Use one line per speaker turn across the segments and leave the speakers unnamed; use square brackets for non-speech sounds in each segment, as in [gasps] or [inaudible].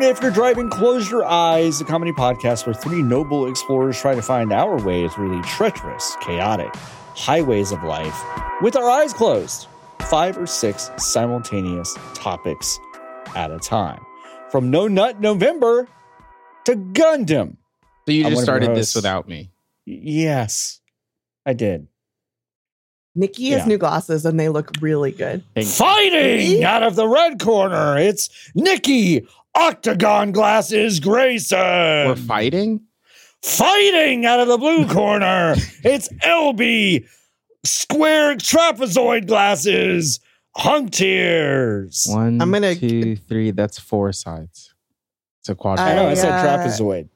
After Driving, Close Your Eyes, the comedy podcast where three noble explorers try to find our way through the treacherous, chaotic highways of life with our eyes closed. Five or six simultaneous topics at a time. From No Nut November to Gundam.
So you
I'm one
just
of your
started
hosts.
this without me.
Y- Yes, I did.
Nikki has
Yeah.
new glasses and they look really good.
Thank-
Fighting out of the red corner, it's Nikki Octagon Glasses Grayson.
We're fighting.
Fighting out of the blue
[laughs]
corner, it's LB Square Trapezoid Glasses Huntiers.
One,
I'm gonna-
two, three. That's four sides. It's a
I know,
quadrat.
I said
I, uh,
trapezoid.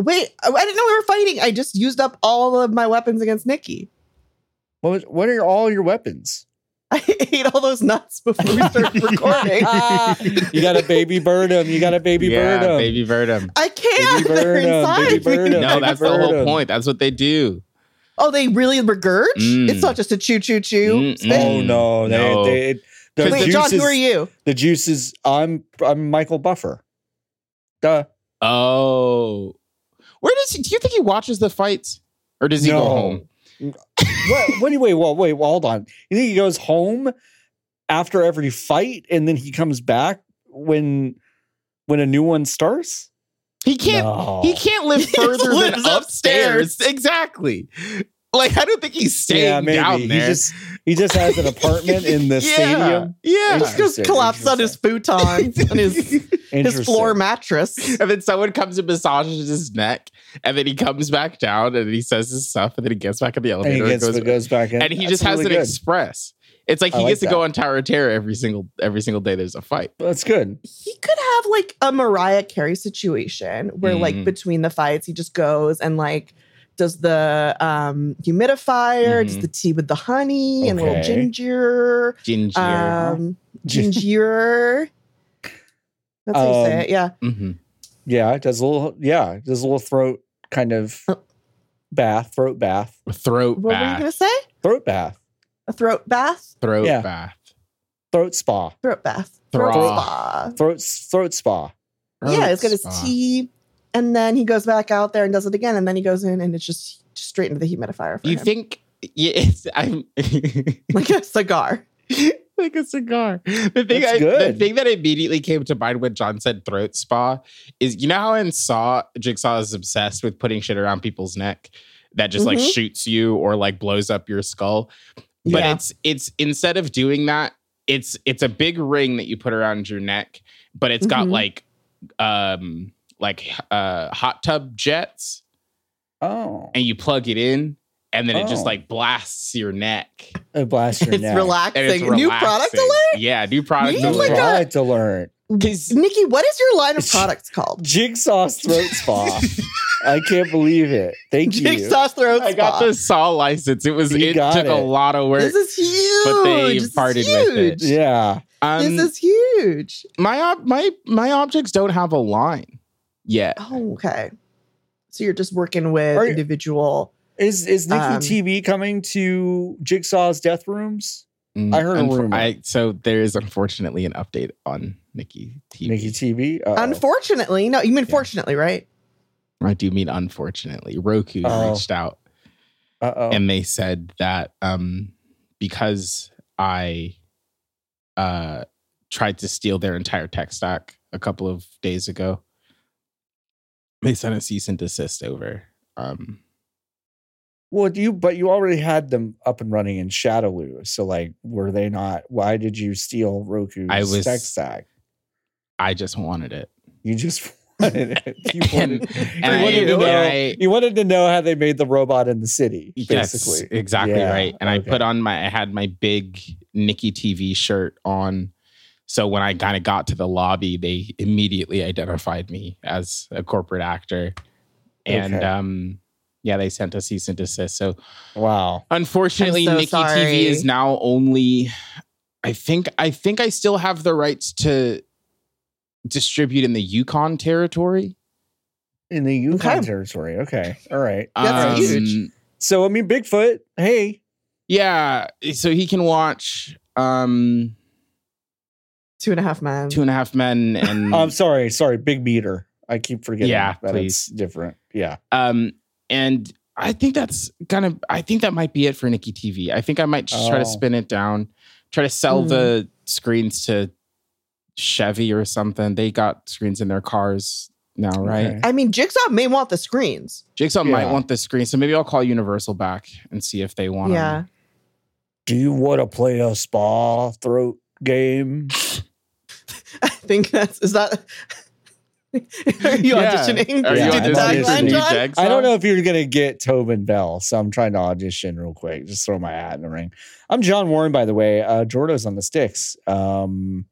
Wait, I I didn't know we were fighting. I just used up all of my weapons against Nikki. [laughs]
What, was, what are all your weapons?
I ate all those nuts before we
[laughs]
started recording.
You got a baby birdum. You got a baby
yeah,
birdum. [laughs]
baby Verdum.
I can't.
Baby
They're
Burnham,
inside.
baby
me.
Burnham.
No, that's the
Verdum.
whole point. That's what they do.
Oh, they really regurge?
Mm.
It's not just a choo choo choo.
Mm,
spit?
Oh no, they,
No.
They, the
Because
Wait,
juices,
John, who are you?
The juices. I'm I'm Michael Buffer. Duh.
Oh, where does he? Do you think he watches the fights, or does he
No.
go home?
what? What do you wait? Well, wait. Well, hold on. You think he goes home after every fight, and then he comes back when when a new one starts?
He can't.
No.
He
[laughs]
can't live
He
further than
lives upstairs.
upstairs. Exactly. Like I don't think he's staying
Yeah, maybe
down
he
there.
just he just has an apartment in the
[laughs] yeah,
stadium.
Yeah.
He just goes
Interesting,
collapses on his futon and his, his floor mattress.
[laughs] and then someone comes and massages his neck, and then he comes back down and he says his stuff, and then he gets back in the
and he
elevator and,
gets
goes,
goes, goes back in,
and he
That's
just has
really
an
good.
express. It's like
I
he
like
gets
that.
to go on Tower of Terror every single every single day. There's a fight.
That's good.
he could have like a Mariah Carey situation where like
Mhm.
between the fights he just goes and like does the um humidifier, does
Mhm.
the tea with the honey and a little
Okay.
ginger.
Ginger. [laughs]
Um ginger. That's how you
Um,
say it. Yeah.
Mhm.
Yeah, it does a little. Yeah, it does a little throat kind of bath, throat bath,
A Throat
What were you
bath.
gonna say?
throat bath,
A throat bath?
Throat
Yeah.
bath.
throat spa,
Throat bath. Throat
Thra.
spa.
throat throat spa.
yeah, it's got his
Throat spa.
tea. And then he goes back out there and does it again. And then he goes in and it's just straight into the humidifier for
You
him.
think? Yeah, it's, I'm
[laughs]
[laughs]
like a cigar.
like a cigar. The thing,
That's
I, the
good.
thing that immediately came to mind when John said throat spa is you know how in Saw Jigsaw is obsessed with putting shit around people's neck that just like
Mhm.
shoots you or like blows up your skull. But
Yeah.
it's it's instead of doing that, it's it's a big ring that you put around your neck, but it's got
Mhm.
like um like uh hot tub jets
Oh,
and you plug it in and then it
Oh.
just like blasts your neck.
it blasts your
[laughs] It's
neck.
relaxing.
And it's
New product
relaxing.
alert.
Yeah, new product
You need,
New
alert.
like, a-
product alert.
Because
Nikki, what is
[laughs]
your line of products called?
Jigsaw's throat spa. I can't believe it. Thank you.
Jigsaw throat
I got
spa.
the saw license. It was
You
it
got
took a
it.
lot of work.
This is huge.
But they
This is
parted with it.
huge.
Yeah.
Um,
this is huge.
my ob- my my objects don't have a line yet.
Oh, okay. So you're just working with
Are you-
individual.
Is is Nikki
Um,
TV coming to Jigsaw's death rooms?
Mm,
I heard a rumor.
I, so there is unfortunately an update on Nikki TV.
Nikki TV. Uh-oh.
Unfortunately, no, you mean
Oh. Yeah.
fortunately, right?
I do mean unfortunately. Roku
Oh.
reached out
Uh-oh.
and they said that um because I uh tried to steal their entire tech stack a couple of days ago, they sent a cease and desist over. Um
Well, you but you already had them up and running in Shadowloo. So like, were they not? Why did you steal Roku's
I was-
tech stack?
I just wanted it.
You just [laughs] wanted
[laughs]
it. You
And-
wanted, you,
and I-
wanted to
and
know,
I-
you wanted to know how they made the robot in the city,
Yes,
basically.
exactly
Yeah,
right. And
okay.
I put on my I had my big Nikki TV shirt on. So when I kind of got to the lobby, they immediately identified me as a corporate actor. And
Okay.
um yeah, they sent a cease and desist. So
Wow.
unfortunately,
I'm so
Nikki
sorry.
TV is now only I think I think I still have the rights to distribute in the Yukon territory.
In the Yukon
Okay.
territory. Okay. All right.
[laughs]
Um,
That's huge.
So I mean, Bigfoot. Hey,
Yeah, so he can watch um
Two and a half men.
Two and a
[laughs]
Half Men,
Hmm.
and
I'm Um, sorry, sorry, Big Meter. I keep forgetting
Yeah,
that
please.
it's different. Yeah.
um, and I think that's kind of I think that might be it for Nikki TV. I think I might just try to
Oh. Hmm.
spin it down, try to sell
Mm.
the screens to Chevy or something. They got screens in their cars now, right?
Okay.
I mean, Jigsaw may want the screens.
Jigsaw might
Yeah.
want the screen, so maybe I'll call Universal back and see if they want.
[laughs]
'em.
yeah.
Do you want to play a spa throat game?
[laughs] I think that's is that [laughs] Are you
Yeah.
auditioning?
Are
Yeah,
you
I
to do the
auditioning
auditioning
for
for
tagline,
new
new
John?
Jigsaw?
I don't know if you're gonna get Tobin Bell, so I'm trying to audition real quick. Just throw my hat in the ring. I'm John Warren, by the way. Uh, Jordo's on the sticks, um,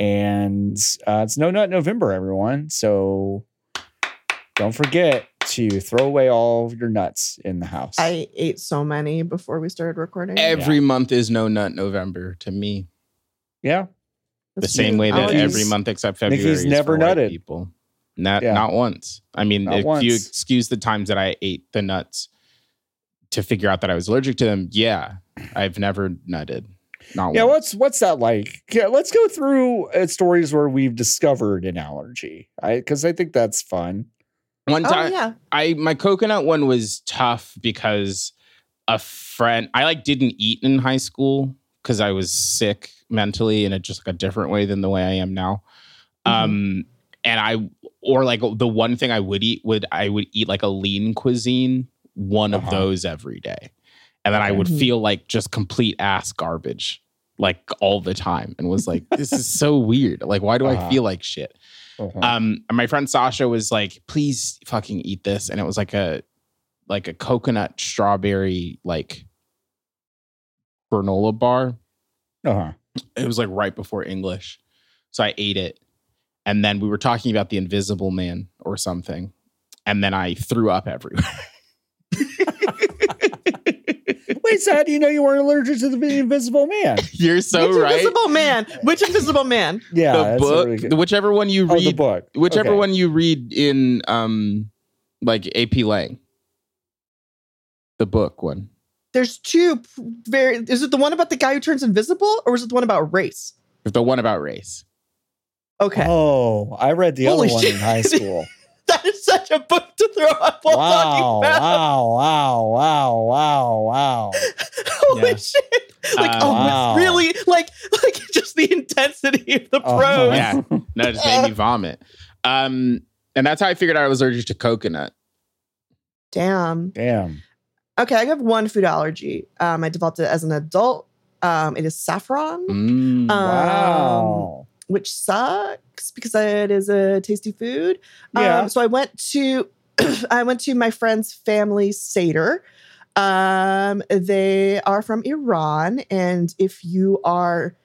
and uh, it's No Nut November, everyone. So don't forget to throw away all of your nuts in the house.
I ate so many before we started recording.
Every month is no nut November to me.
yeah,
The
That's
same
me.
way that
I'll
every
use-
month except February
Nikki's
is
never
for white
nutted.
people. Not
Yeah.
not once. I mean,
Not
if
once.
you excuse the times that I ate the nuts to figure out that I was allergic to them, yeah, I've never nutted. Not
yeah. What's
once.
what's that like? Yeah, let's go through uh, stories where we've discovered an allergy. I because I think that's fun.
One
Oh
time,
yeah.
I my coconut one was tough because a friend I like didn't eat in high school because I was sick mentally in a just like a different way than the way I am now.
Mm-hmm.
Um and I or like the one thing I would eat would I would eat like a lean cuisine, one
Uh-huh. Mm-hmm.
of those every day. And then I would
Mhm.
feel like just complete ass garbage like all the time and was like this is so weird. Like why do
Uh-huh.
I feel like shit?
Uh-huh.
Um, and my friend Sasha was like, "Please fucking eat this," and it was like a like a coconut strawberry like granola bar.
Uh-huh. [laughs]
It was like right before English, so I ate it, and then we were talking about the Invisible Man or something, and then I threw up everywhere. [laughs]
Wait, so how do you know you weren't allergic to the Invisible Man?
You're so
Which
right.
invisible man? Which invisible man?
Yeah,
the
that's a
book,
really good-
whichever one you
Oh, the
read,
book.
whichever
Okay.
one you read in um like AP Lang, the book one.
There's two p- very is it the one about the guy who turns invisible or is it the one about race?
The one about race.
Okay.
Oh, I read the
Holy
other one in
shit.
high school.
[laughs] That is such a book to throw up while
wow,
talking about.
wow, wow, wow, wow,
[laughs]
wow.
Holy
Yeah.
shit! Like,
Uh,
oh,
wow.
it's really like, [laughs] like just the intensity of the
Oh,
prose.
yeah. No, it just made
[laughs]
me vomit. Um, and that's how I figured out I was allergic to coconut.
[laughs]
Damn.
Damn.
Okay, I have one food allergy. Um, I developed it as an adult. Um, it is saffron,
Mm.
Um,
Wow.
which sucks because it is a tasty food.
yeah.
Um, so I went to [clears throat] I went to my friend's family Seder. Um, they are from Iran, and if you are,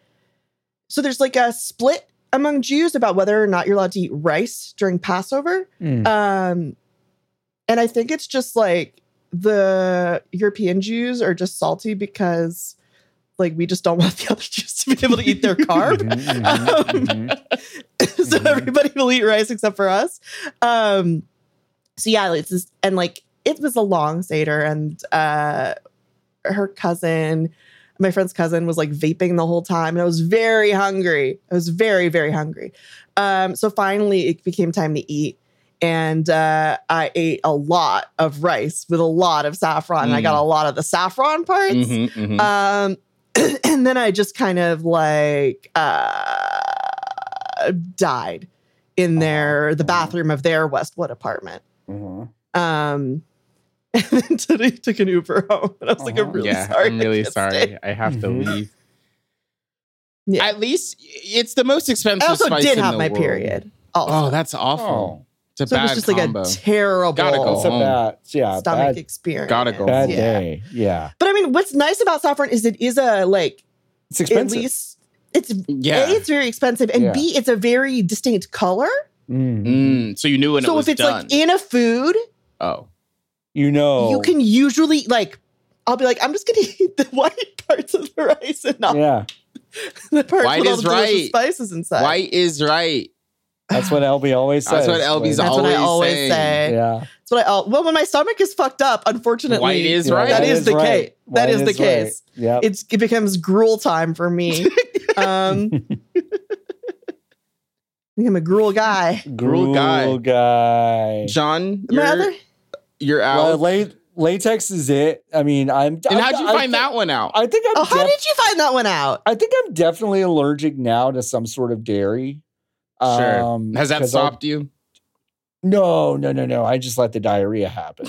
so there's like a split among Jews about whether or not you're allowed to eat rice during Passover.
Mm.
Um, and I think it's just like the European Jews are just salty because, like, we just don't [laughs] want the other Jews to be able to eat their carb
Mhm, mhm,
um,
mhm.
[laughs] so
Mhm.
everybody will eat rice except for us. Um, so yeah, it's just, and like it was a long seder, and uh, her cousin, my friend's cousin, was like vaping the whole time, and I was very hungry. I was very very hungry. Um, so finally, it became time to eat. And uh, I ate a lot of rice with a lot of saffron. And I
Mm.
got a lot of the saffron parts.
Mhm, mhm.
Um, [clears throat] and then I just kind of like uh, died
Oh,
in their the bathroom of their Westwood apartment.
Mhm.
Um, [laughs] and then today took an Uber home, and I was like,
Uh-huh.
I'm really
Oh, yeah,
sorry.
I'm
I
really
can't
sorry.
stay.
I have to
Mhm.
leave.
Yeah.
At least it's the most
I
expensive.
also
spice
did
in
have
the
my
world.
period. Also.
Oh, that's awful.
Oh,
It's a
so it
bad
was just
combo.
like a terrible
Gotta go
that's a
home.
bad, yeah,
stomach
bad,
experience.
Gotta go
bad
Yeah.
day. Yeah.
But I mean, what's nice about saffron is it is a like
It's expensive.
at least it's
yeah.
a it's very expensive, and
Yeah.
b it's a very distinct color.
Mm.
Mm, so you knew when it
so
was
if it's
done.
like in a food,
oh,
You know.
you can usually like I'll be like, I'm just gonna [laughs] eat the white parts of the rice and not
Yeah.
the parts
White
with all
is
the delicious
right.
spices inside.
white is right.
That's what LB always says.
That's what LB's
That's what I
Always
always
saying.
say.
Yeah.
That's what I al- well when my stomach is fucked up, unfortunately.
White is
Yeah,
right.
That is the case. That
White
is the case.
Right. Yep.
[laughs]
[laughs]
it's it becomes gruel time for me. um I'm a gruel guy.
Gruel guy.
Gruel guy.
John,
My
you're,
other
you're out.
Well, la- latex is it. I mean, I'm.
and
I'm-
how'd you
I
find
thi-
that one out?
I think I'm.
Oh, how
def-
did you find that one out? [laughs]
I think I'm definitely allergic now to some sort of dairy. Um,
Sure. Has that
'cause I'll-
stopped you?
No, no, no, no. I just let the diarrhea
[laughs]
happen.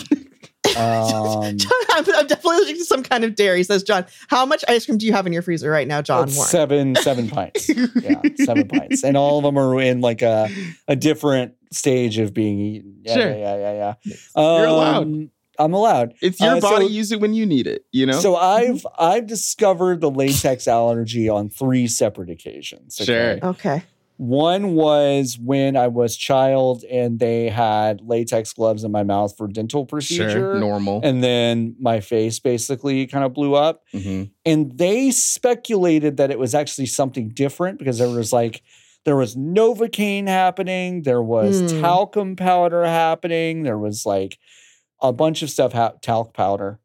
um,
I'm, I'm definitely allergic to some kind of dairy, says John. How much ice cream do you have in your freezer right now, John?
it's
Warren?
seven, seven pints. Yeah, seven pints, and all of them are in like a, a different stage of being eaten. Yeah,
Sure.
yeah, yeah, yeah. yeah.
You're allowed.
Um, I'm allowed.
It's your
Uh, so-
body. use it when you need it. You know.
So I've I've discovered the latex allergy on three separate occasions.
Sure.
[laughs] okay.
One was when I was child and they had latex gloves in my mouth for dental procedure.
sure. Normal.
And then my face basically kind of blew up.
Mhm.
And they speculated that it was actually something different because there was like there was novocaine happening, there was
Hmm.
talcum powder happening, there was like a bunch of stuff hap talc powder.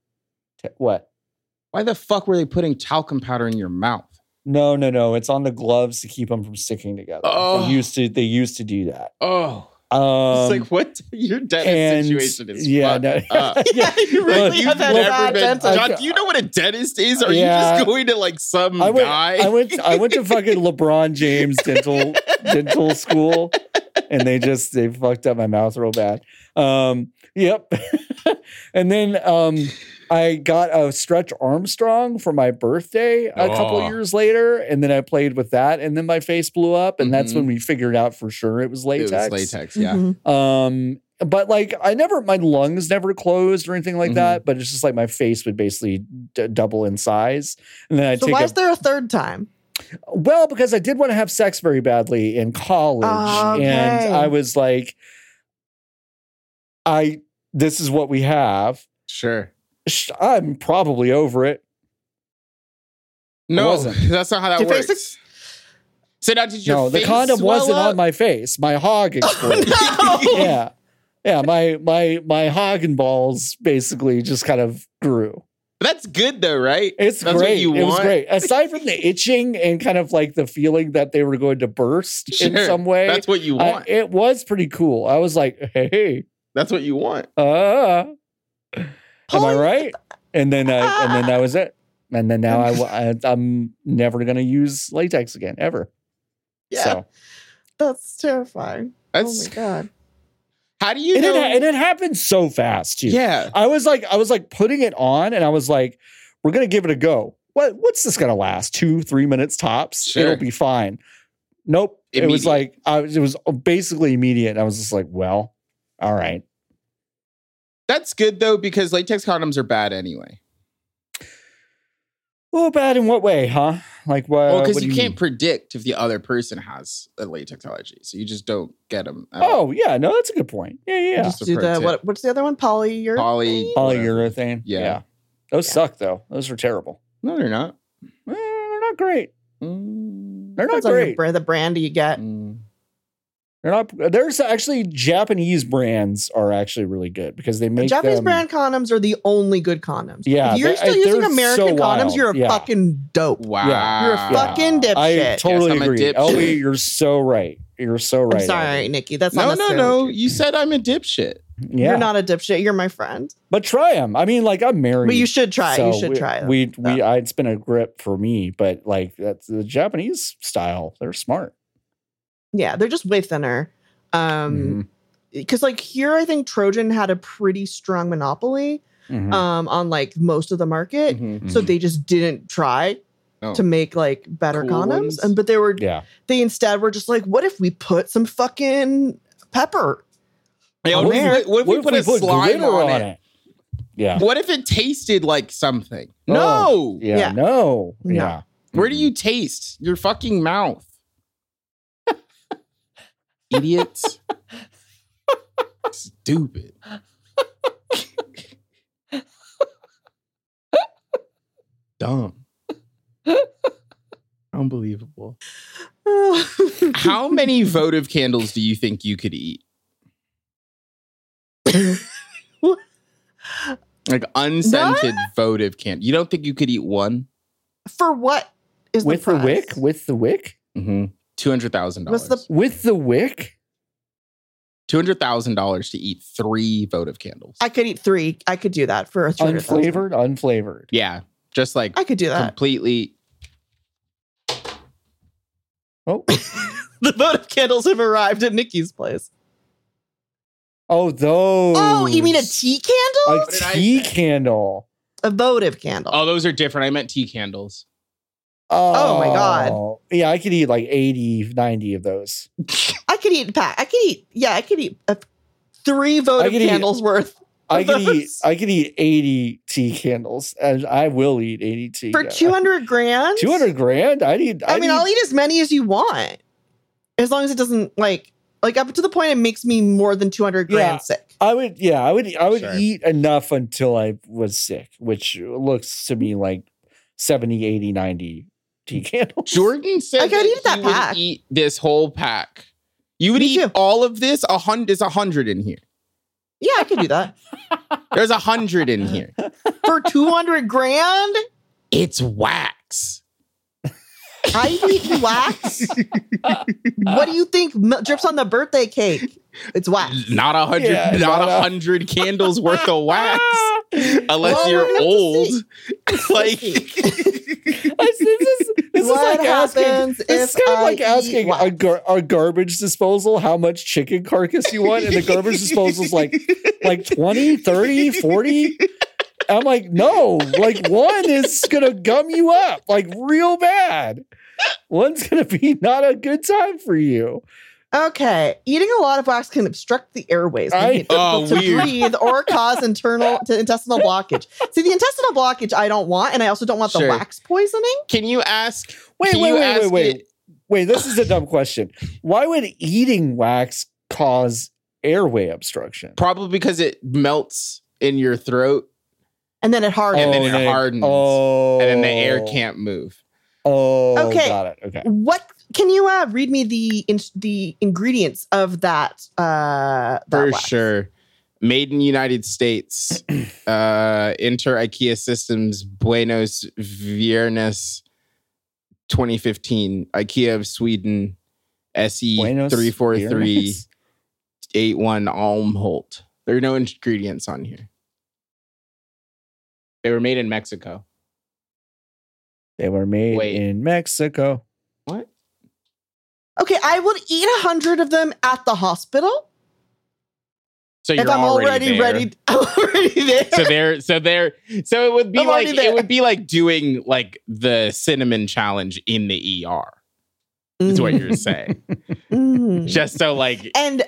Ta- what?
Why the fuck were they putting talcum powder in your mouth?
No, no, no. It's on the gloves to keep them from sticking together.
Oh.
They used to they used to do that.
Oh,
Um,
it's like what [laughs] your dentist
and-
situation is.
yeah,
fucked
no-
[laughs]
[laughs]
up.
[laughs] Yeah, you really
Look,
have had a
never
bad
been-
dental.
John, do you know what a dentist is? Are you
Yeah.
just going to like some
I went,
guy?
I went, I went to fucking LeBron James
[laughs]
dental dental school, and they just they fucked up my mouth real bad. Um, yep. [laughs] and then um, I got a Stretch Armstrong for my birthday a couple
Oh.
years later, and then I played with that, and then my face blew up, and that's
Mhm.
when we figured out for sure it was latex.
[laughs] It was latex. Yeah.
Mhm.
Um, but like I never, my lungs never closed or anything like
Mhm.
that. But it's just like my face would basically d- double in size, and then I
So
take
why
a
is there a
[laughs]
third time?
well, because I did want to have sex very badly in college.
Oh, okay.
And I was like, I this is what we have.
Sure.
Sh- I'm probably over it.
No,
wasn't.
[laughs] that's not how that
Did you face
works. So now, did your
no, the
face
condom
swell
wasn't
up? Oh,
on my face. My
[laughs]
hog exploded.
[laughs] No.
yeah. Yeah, my my my hog and balls basically just kind of grew.
That's good though, right?
It's
That's
great.
What you
It was
want.
great. Aside from the itching and kind of like the feeling that they were going to burst in
Sure.
some way,
That's what you
I-
want.
it was pretty cool. I was like, hey,
That's what you want.
uh, am I
Holy-
right? And then I, and then that was it. And then now I, wa- I I'm never gonna use latex again ever.
Yeah.
So
That's terrifying.
That's
oh my god.
how do you
and it,
know?
ha- and it happened so fast too.
yeah.
I was like I was like putting it on, and I was like, we're gonna give it a go. What what's this gonna last? Two three minutes tops.
Sure.
It'll be fine. Nope. It was
Immediate.
like I was, it was basically immediate. I was just like, well, all right.
That's good though because latex condoms are bad anyway.
Oh, bad in what way, huh? Like what? Uh,
well,
what
because
do
you, can't
mean?
predict if the other person has a latex allergy, so you just don't get them.
Oh yeah, no, that's a good point. Yeah, yeah. yeah.
Just a
Do
pro
the
tip.
what, what's the other one? Polyurethane.
Poly-
polyurethane.
Yeah.
Those
Yeah.
suck though. Those are terrible.
no, they're not.
Eh, they're not great.
Mm.
They're not
Depends on your
great.
brand, the brand you get.
Mm.
They're not. There's actually Japanese brands are actually really good because they make
Japanese
them-
brand condoms are the only good condoms.
Yeah,
If you're
they-
still
I-
using
they're
American
so
condoms,
wild.
you're a
Yeah.
fucking dope.
Wow.
You're a fucking dipshit.
I totally
Yes, I'm a
agree.
dipshit.
Ellie, you're so right. You're so right.
I'm sorry,
Ellie.
Nikki. That's
No,
not
no,
necessarily
no.
true.
You said I'm a dipshit.
Yeah,
You're not a dipshit. You're my friend.
but try them. I mean, like I'm married.
But you should try. it. you
so
should
we,
try. it.
We we I, it's been a grip for me, but like that's the Japanese style. They're smart.
yeah, they're just way thinner.
Mm-hmm.
Um, because like here, I think Trojan had a pretty strong monopoly
Mhm.
Mm-hmm.
Mhm.
um on like most of the market,
Mhm.
Mm-hmm.
so they just didn't try
Oh.
to make like better
Cool
condoms.
ones?
And but they were
yeah.
they instead were just like, what if we put some fucking pepper?
Hey,
Oh,
what, if
man.
we, what if we put a slime
glitter
on, it?
Yeah.
What if it tasted like something?
Oh,
No.
Yeah.
Yeah.
No.
No.
Yeah.
Where
Mm-hmm.
do you taste? Your fucking mouth. Idiots. Stupid. Dumb. Unbelievable. How many votive candles do you think you could eat? Like unscented votive candle. You don't think you could eat one?
[laughs] For what is
with the,
the prize?
wick? With the wick?
Mm-hmm. Two hundred thousand
What's the-
dollars.
With the wick?
Two hundred thousand dollars to eat three votive candles.
I could eat three. I could do that for a three hundred thousand.
Unflavored? Unflavored.
yeah, just like
I could do that.
completely.
Oh,
[laughs] the votive candles have arrived at Nikki's place.
oh, those.
Oh, you mean a tea candle?
A
What did I
tea
say?
candle.
A votive candle.
Oh, those are different. I meant tea candles.
Oh my God.
Yeah, I could eat like 80, 90 of
[laughs]
those.
I could eat a pack. I could eat. Yeah, I could eat a, three votive
could eat-
candles worth
I could eat
Those.
I could eat 80 tea candles and I will eat 80 tea.
for
yeah.
two hundred grand.
200 grand? I need
I mean,
need,
I'll eat as many as you want, as long as it doesn't like like up to the point it makes me more than two hundred grand
Yeah.
sick.
I would yeah, I would I would
Sure.
eat enough until I was sick, which looks to me like 70, 80, 90 tea candles. [laughs]
Jordan said
I could
that
eat that
he would
pack.
eat this whole pack. You would
Me
eat
too.
all of this. A hundred. There's a hundred in here.
Yeah, I could do that
There's a hundred in
[laughs]
here.
for
[laughs]
two hundred grand.
It's wax.
I eat
[laughs]
wax. what do you think m- drips on the birthday cake? It's wax.
Not a hundred.
Yeah,
not
not
a
a-
hundred candles worth
[laughs]
of
Ah!
wax. Unless
Well, we're
you're
gonna
old. [laughs]
have
like
this is this is
What
like asking
happens
this is
if
kind of
I
like
eat
asking
wax?
a, gar- a garbage disposal how much chicken carcass you want and the
[laughs]
garbage disposal's like like 20 30 40 i'm like no like one is gonna gum you up like real bad one's gonna be not a good time for you
Okay, eating a lot of wax can obstruct the airways,
I-
making it
Oh,
difficult to
weird.
breathe,
[laughs]
or cause internal to intestinal blockage. See, the intestinal blockage I don't want, and I also don't want
Sure.
the wax poisoning.
Can you ask?
wait
can
wait
you
wait
ask
wait wait
it-
wait this is a dumb question why would eating wax cause airway obstruction
Probably because it melts in your throat,
And then it
And
hardens.
then it hardens,
oh
and then the air can't move.
oh
Okay.
got it okay
What can you uh, read me the in- the ingredients of that? Uh, that
For
wax?
sure. Made in United
[clears throat]
States. uh, enter IKEA Systems Buenos Viernes, 2015. IKEA of Sweden. SE
Buenos
three four three
Aires?
eight one Almholt. There are no ingredients on here. They were made in Mexico.
They were made
Wait.
in Mexico.
What?
Okay, I would eat a hundred of them at the hospital
So you're
if I'm
already,
already,
there.
ready. [laughs] I'm already there.
So there, so there, so it would be
I'm
like
already
it
there.
would be like doing like the cinnamon challenge in the ER. Is what
[laughs]
you're saying?
Mm.
Just so like
and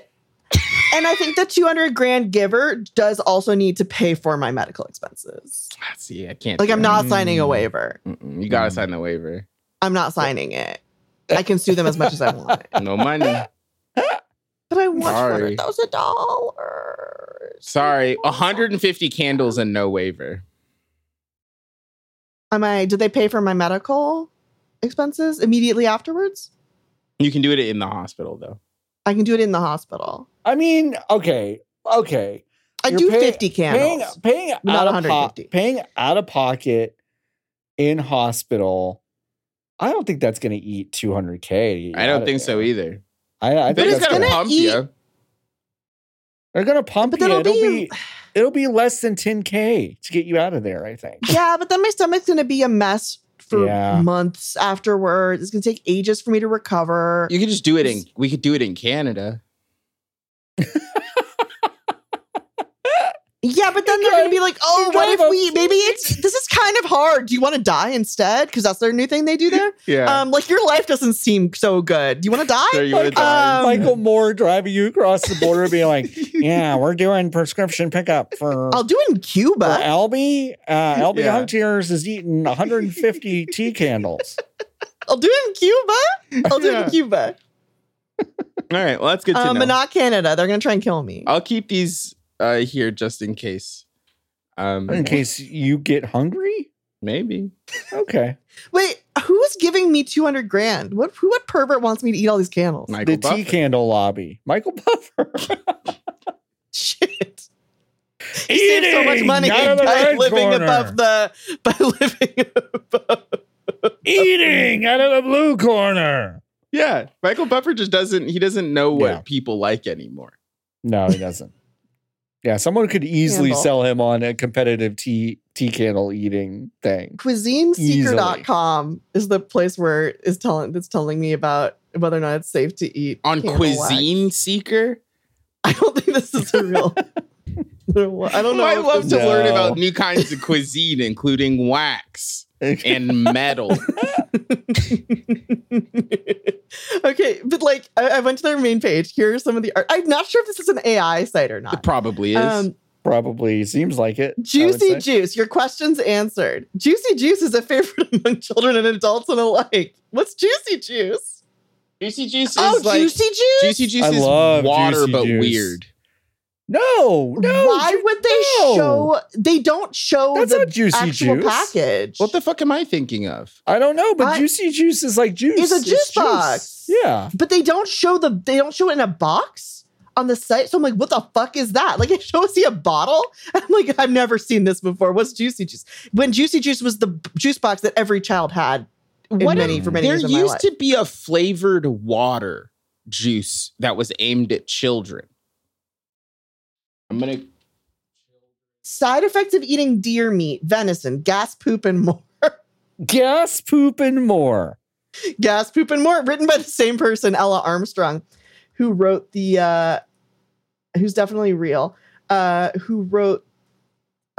and I think the 200 grand giver does also need to pay for my medical expenses.
ah, see, I can't.
Like
do
I'm
that.
not signing a
Mm.
waiver.
Mm-mm, you gotta sign the waiver.
I'm not signing it. I can sue them as much as
[laughs]
I want.
No money.
But I want
Sorry.
hundred thousand dollars.
Sorry, 150 candles and no waiver.
Am I did they pay for my medical expenses immediately afterwards?
You can do it in the hospital though.
I can do it in the hospital.
I mean, okay, okay.
I
You're
do
pay-
50
Paying,
candles.
paying out
Not
of po-
150.
paying out of pocket in hospital. I don't think that's going to eat 200k.
I don't think so either.
I, I
They're
think
just
that's
gonna,
gonna,
pump
eat-
you.
they're going to pump
But
you.
then
It'll,
it'll
be,
be-
it'll be less than 10k to get you out of there. I think.
yeah, but then my stomach's gonna be a mess for
Yeah.
months afterwards. It's gonna take ages for me to recover.
You could just do it in. We could do it in Canada.
Yeah, but then they're
Okay.
gonna be like, oh,
You're
what
kind
if
of
we maybe it's this is kind of hard. Do you want to die instead? Because that's their new thing they do there.
Yeah.
Um, like your life doesn't seem so good. Do you want to
so
die?
you would
Like,
die.
um,
Michael Moore driving you across the border, being
[laughs]
like, "Yeah, we're doing prescription pickup for
I'll do it in
For
Cuba.
Albie, uh, Albie
Yeah.
Huntiers has eaten 150 tea
[laughs]
candles.
I'll do it in Cuba. I'll do it
Yeah.
in Cuba.
All right. Well, that's good to
Um,
know.
but not Canada. They're gonna try and kill me.
I'll keep these uh, here just in case. Um,
In case you get hungry?
maybe
Okay.
Wait, who's giving me two hundred grand? What who what pervert wants me to eat all these candles?
Michael
the tea
Buff.
candle lobby. Michael Buffer.
[laughs] Shit. [laughs] He saved so much money by living above the by [laughs] living above
[laughs] Eating out of the blue corner.
Yeah, Michael Buffer just doesn't. He doesn't know what
Yeah.
people like anymore.
No, he doesn't. yeah, someone could easily
Candle.
sell him on a competitive tea tea candle eating thing. [laughs]
Cuisineseeker.com is the place where is telling that's telling me about whether or not it's safe to eat
On
candle
Cuisine
wax.
Seeker,
[laughs] I don't think this is
[laughs]
a real. I don't know.
I
if
love
this-
to learn
No.
about new kinds of cuisine, including wax and metal.
[laughs] okay, but like I, I went to their main page. Here are some of the art. I'm not sure if this is an AI site or
It
not.
probably is. Oh,
Um,
Probably seems like it. I would
Juicy
say.
Juice, your questions answered. Juicy Juice is a favorite [laughs] among children and adults and alike. What's Juicy Juice?
juicy juice is
oh,
like
Juicy Juice.
juicy juice
I
is
love
water,
Juicy
but
Juice.
weird.
No, no.
Why
Ju-
would they
no.
show? They don't show
That's
the
not juicy
actual
juice.
package.
What the fuck am I thinking of?
I don't know, but
I-
juicy juice is like juice.
It's a juice box.
Yeah.
but they don't show the. They don't show it in a box on the site. So I'm like, what the fuck is that? Like [laughs] it shows you a bottle. [laughs] I'm like, I've never seen this before. What's Juicy Juice? When Juicy Juice was the b- juice box that every child had in
What
many
if
for many
There
years of my
used
life.
to be a flavored water juice that was aimed at children. I'm gonna
Side effects of eating deer meat, venison, gas poop, and more.
Gas, poop, and more.
gas poop and more written by the same person ella armstrong who wrote the uh who's definitely real uh who wrote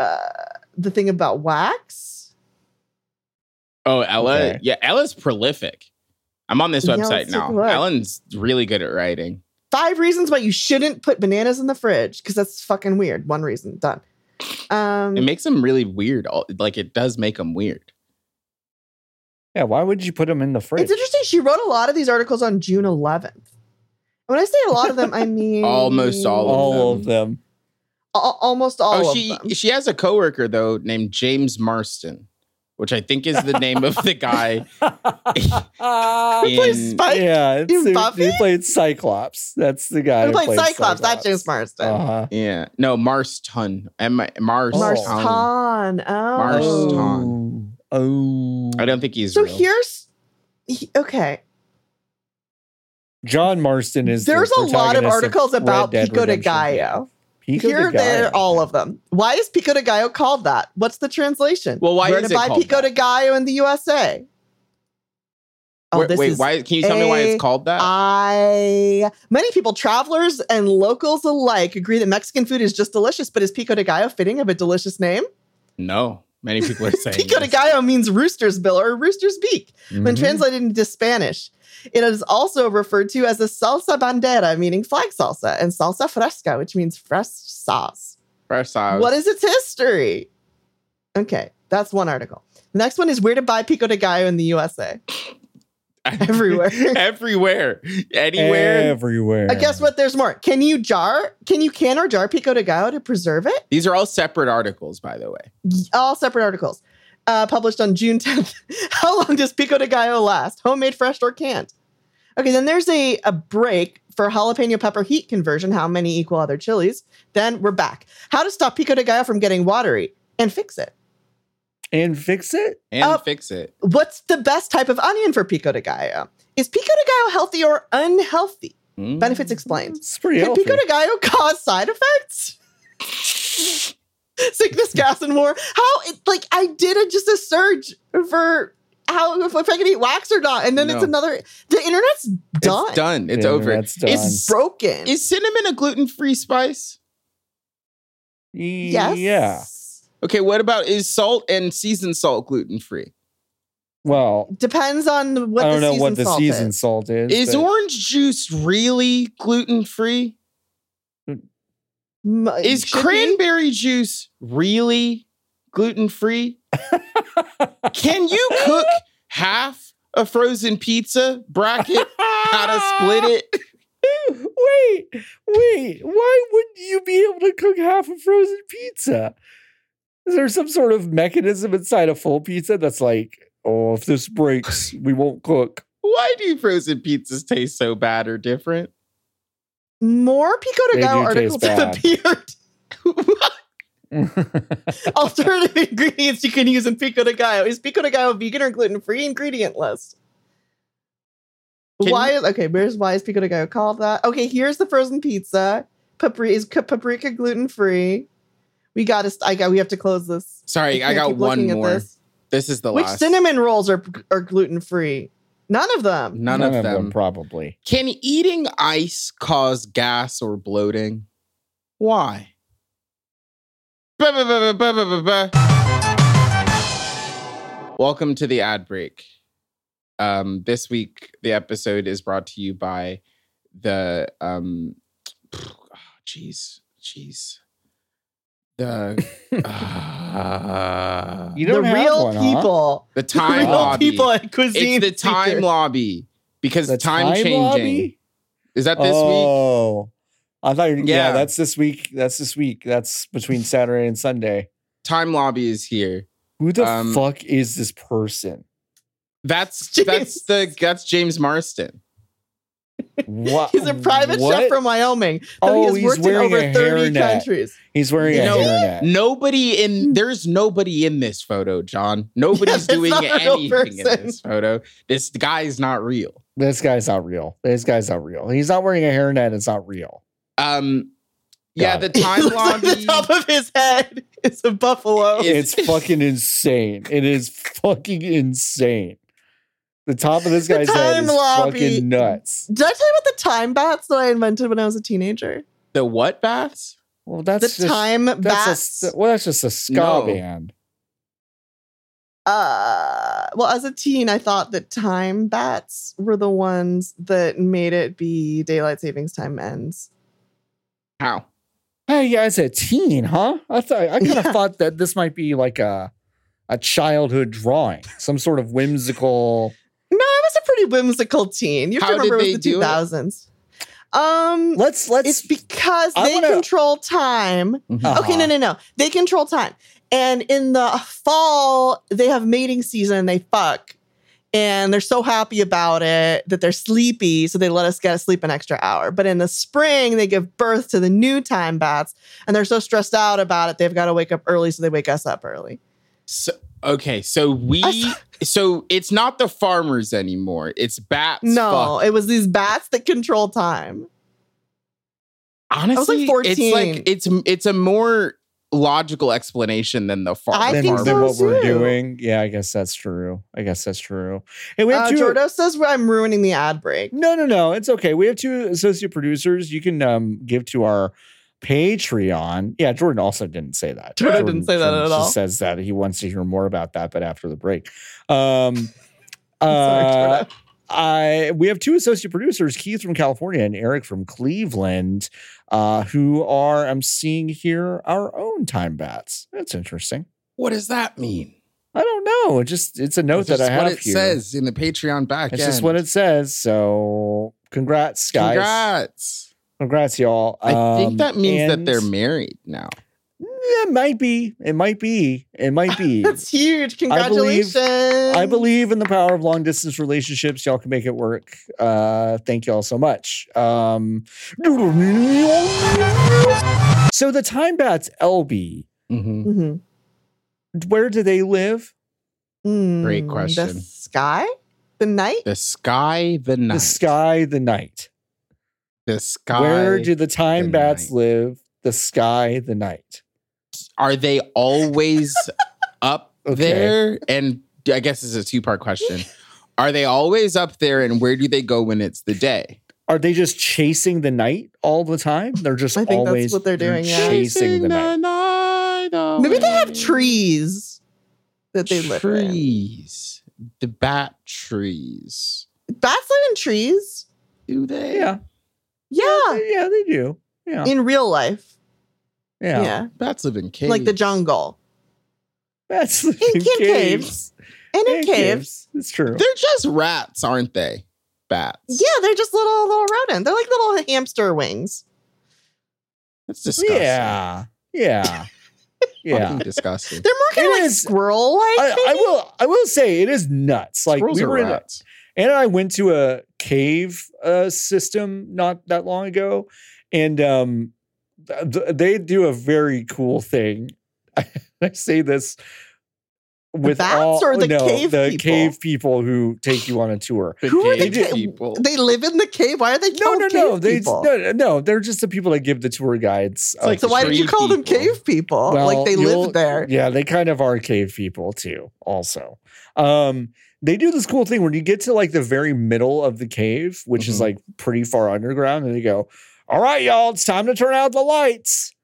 uh the thing about wax
Oh, Ella.
Okay.
Yeah, Ella's prolific. I'm on this
Yeah,
website
let's take
now.
a look.
Ellen's really good at writing.
five reasons why you shouldn't put bananas in the fridge because that's fucking weird one reason done um
It makes them really weird. All- Like it does make them weird.
Yeah. Why would you put them in the fridge?
it's interesting she wrote a lot of these articles on june 11th when i say a lot of them
[laughs]
i mean
Almost all of
All of them.
al- almost all
oh,
of
she
them
she has a coworker though named James Marston, which I think is the name of the
[laughs]
[laughs]
guy.
Who plays
in-
Spike?
yeah, it's,
in
he-
Buffy?
he played Cyclops. That's the guy
who played Cyclops? That's James Marston.
Uh-huh.
Yeah, no Marston. M- Mars.
Oh.
Marston. Oh.
Oh.
Marston.
oh,
I don't think he's
So
real.
here's he- okay.
John Marston is. the
There's a lot of
protagonist
articles
Red
about
Dead
Pico de
Redemption.
Gallo.
Pico
Here,
de Gallo.
there, all of them. Why is Pico de Gallo called that? What's the translation?
Well, why
Where
is
to
it
buy
called
Pico
that?
de Gallo in the USA? Oh,
Wait,
this
wait,
is
why? Can you tell me why it's called that?
I many people, travelers and locals alike, agree that Mexican food is just delicious. But is Pico de Gallo fitting of a delicious name?
no, many
[laughs]
people are saying
Pico de
this.
Gallo means rooster's bill or rooster's beak. when
Mhm.
translated into Spanish. It is also referred to as a salsa bandera, meaning flag salsa, and salsa fresca, which means fresh sauce.
Fresh sauce. [laughs]
What is its history? Okay, that's one article. The next one is where to buy pico de gallo in the USA. Everywhere.
everywhere, anywhere.
everywhere.
Uh, guess what? There's more. Can you jar? Can you can or jar pico de gallo to preserve it?
These are all separate articles, by the way.
all separate articles uh, published on June [laughs] 10th. How long does pico de gallo last? Homemade, fresh, or canned? Okay, then there's a, a break for jalapeno pepper heat conversion. How many equal other chilies? Then we're back. How to stop pico de gallo from getting watery and fix it.
and fix it.
And
Oh.
fix it.
What's the best type of onion for pico de gallo? Is pico de gallo healthy or unhealthy?
Mm.
Benefits explained.
It's pretty
Can
healthy.
pico de gallo cause side effects? [laughs] Sickness, gas, and more. How it, like I did a, just a search for how if, if I can eat wax or not, and then it's
No.
another. The internet's done.
It's done. It's
Yeah,
over.
that's
It's bro-
Broken.
is cinnamon a gluten free spice?
yes.
Yeah.
Okay, what about is salt and seasoned salt gluten free?
Well,
Depends on what
I don't
the
know
season
what the
salt
season
is.
salt is.
Is
but-
orange juice really gluten free?
M- it
Is
should be.
cranberry juice really
[laughs]
gluten free? Can you cook half a frozen pizza [laughs] bracket? How to split it?
[laughs] Wait, wait. Why wouldn't you be able to cook half a frozen pizza? Is there some sort of mechanism inside a full pizza that's like, oh, if this breaks, we won't cook? [laughs]
Why do frozen pizzas taste so bad or different?
More pico de
They
gallo
do
articles
taste
have
bad.
appeared. alternative [laughs] ingredients you can use in pico de gallo. Is pico de gallo vegan or gluten free ingredient list?
Can
why
you-
is okay? Where's why is Pico to go called that? Okay, here's the frozen pizza. Papri is ca- paprika gluten free. We got to. I got. We have to close this.
Sorry, I
can't
got
keep
one
looking at
more. This.
this.
is the
Which
last.
cinnamon rolls are are gluten free? None of them.
None, of, them.
probably.
Can eating ice cause gas or bloating? Why? Ba, ba, ba, ba, ba, ba, ba, ba. Welcome to the ad break. Um, this week, the episode is brought to you by the um, [sighs] jeez, jeez, the ah,
You
The
don't have
real
one, huh?
people.
the
The
time
real
lobby.
people at cuisine.
It's the time
Secret.
lobby because
The
time,
Time
changing.
Lobby?
Is that this week?
oh, I thought you. Yeah.
Yeah.
yeah, that's this week. That's this week. That's between Saturday and Sunday.
Time lobby is here.
Who the
Um,
fuck is this person?
That's
[laughs] Jeez.
that's the that's James Marston.
What?
[laughs] He's a private chef
what?
from Wyoming.
Oh,
Though he
he's
has worked in
wearing
over
a
30
hairnet.
countries.
He's wearing
No.
a hairnet.
Nobody in there's nobody in this photo, John. Nobody's
Hmm. [laughs] there's
doing
not a real
anything in
person.
this photo. This guy's not real.
This guy's not real. This guy's not real. He's not wearing a hairnet. It's not real.
Um yeah,
Got
the
it.
[laughs] It
time
looks like
lobby.
the top of his head is a buffalo.
It-
It's
[laughs]
fucking insane. It is fucking insane. The top of this
The
guy's head
time
is
lobby.
fucking nuts.
Did I tell you about the time baths that I invented when I was a teenager?
the what baths?
Well, that's
the
just,
time
That's
baths.
a, well, that's just a ska
No.
band.
uh, well, as a teen, I thought that time bats were the ones that made it be daylight savings time ends.
How?
Hey, yeah, as a teen, huh? I thought I kind of
Yeah.
thought that this might be like a a childhood drawing, some sort of whimsical.
No, I was a pretty whimsical teen. You have
How
to
did
remember
they
it was the
do it?
2000s. Um,
Let's let's.
it's because
I
they
wanna-
control time.
Uh-huh.
Okay, no, no, no. They control time. And in the fall, they have mating season. They fuck. And they're so happy about it that they're sleepy. So they let us get sleep an extra hour. But in the spring, they give birth to the new time bats. And they're so stressed out about it, they've got to wake up early. So they wake us up early.
So, okay, so we
I thought-
so it's not the farmers anymore. It's bats.
no,
Fuck.
it was these bats that control time.
Honestly,
like 14.
it's like it's it's a more logical explanation than the farm.
I
than,
think
farmer.
than
so
what we're
too.
doing. Yeah, I guess that's true. I guess that's true. And we have
Uh,
two.
Jordo says I'm ruining the ad break. [laughs]
No, no, no. It's okay. We have two associate producers. You can um, give to our Patreon. Yeah, Jordan also didn't say that.
Jordan didn't say that at
just
all.
Says that he wants to hear more about that, but after the break.
[laughs]
Um,
Sorry,
uh, [laughs]
Jordo.
I we have two associate producers, Keith from California and Eric from Cleveland, uh, who are I'm seeing here our own time bats. That's interesting.
What does that mean?
I don't know. It just it's a note
It's
that
just
I have
what it
here.
says in the Patreon back.
It's just what it says. So congrats, guys.
Congrats.
Congrats, y'all.
I
Um,
think that means that
and-
they're married now.
It might be. It might be. It might be.
[laughs] That's huge.
I believe-
Congratulations.
I believe in the power of long distance relationships. Y'all can make it work. Uh, thank y'all so much. Um, so the Time Bats LB,
Mhm.
where do they live?
Great
Mm,
question.
The sky, the night.
The sky, the night.
The sky, the night.
The sky.
where do the Time
the
Bats
night.
live? The sky, the night.
Are they
[laughs]
always up
Okay.
there? And I guess it's a two part question. Are they always up there and where do they go when it's the day?
Are they just chasing the night all the time? They're just
I think that's
always
what they're doing, yeah.
chasing the night.
night
Maybe they have
Oh.
away.
trees that they live in.
trees. The bat trees.
Bats live in trees.
Do they?
Yeah,
Yeah,
yeah, they do. Yeah,
in real life.
yeah.
Yeah,
Bats live in caves.
like the jungle
That's in,
in caves. and in
And
caves.
It's true.
They're just rats, aren't they? Bats.
Yeah, they're just little little rodent. They're like little hamster wings.
That's disgusting.
Yeah.
[laughs]
Yeah.
Fucking
yeah.
disgusting.
They're more kind
It
of like
is-
squirrel like.
I, I will I will say it is nuts. [laughs] Like
Squirrels
we
are
were in a,
rats.
Anna and I went to a cave uh, system not that long ago, and um, [laughs] th- th- they do a very cool thing. I say this with
bats
all
or the
no,
cave
the
people?
cave
cave people who take you on a tour.
The
Who are
the
cave
ca-
people.
They live in the cave. Why are they
No,
called
no,
Oh, cave
no. They
people?
no, no. They're just the people that give the tour guides. uh,
It's like
so why did you
Tree
call them
people.
cave people? like they
you'll-
lived there.
Yeah, they kind of are cave people too, also. Um, they do this cool thing when you get to like the very middle of the cave, which is
Mhm.
Mm-hmm.
like pretty far underground, and they go, All right, y'all, it's time to turn out the lights.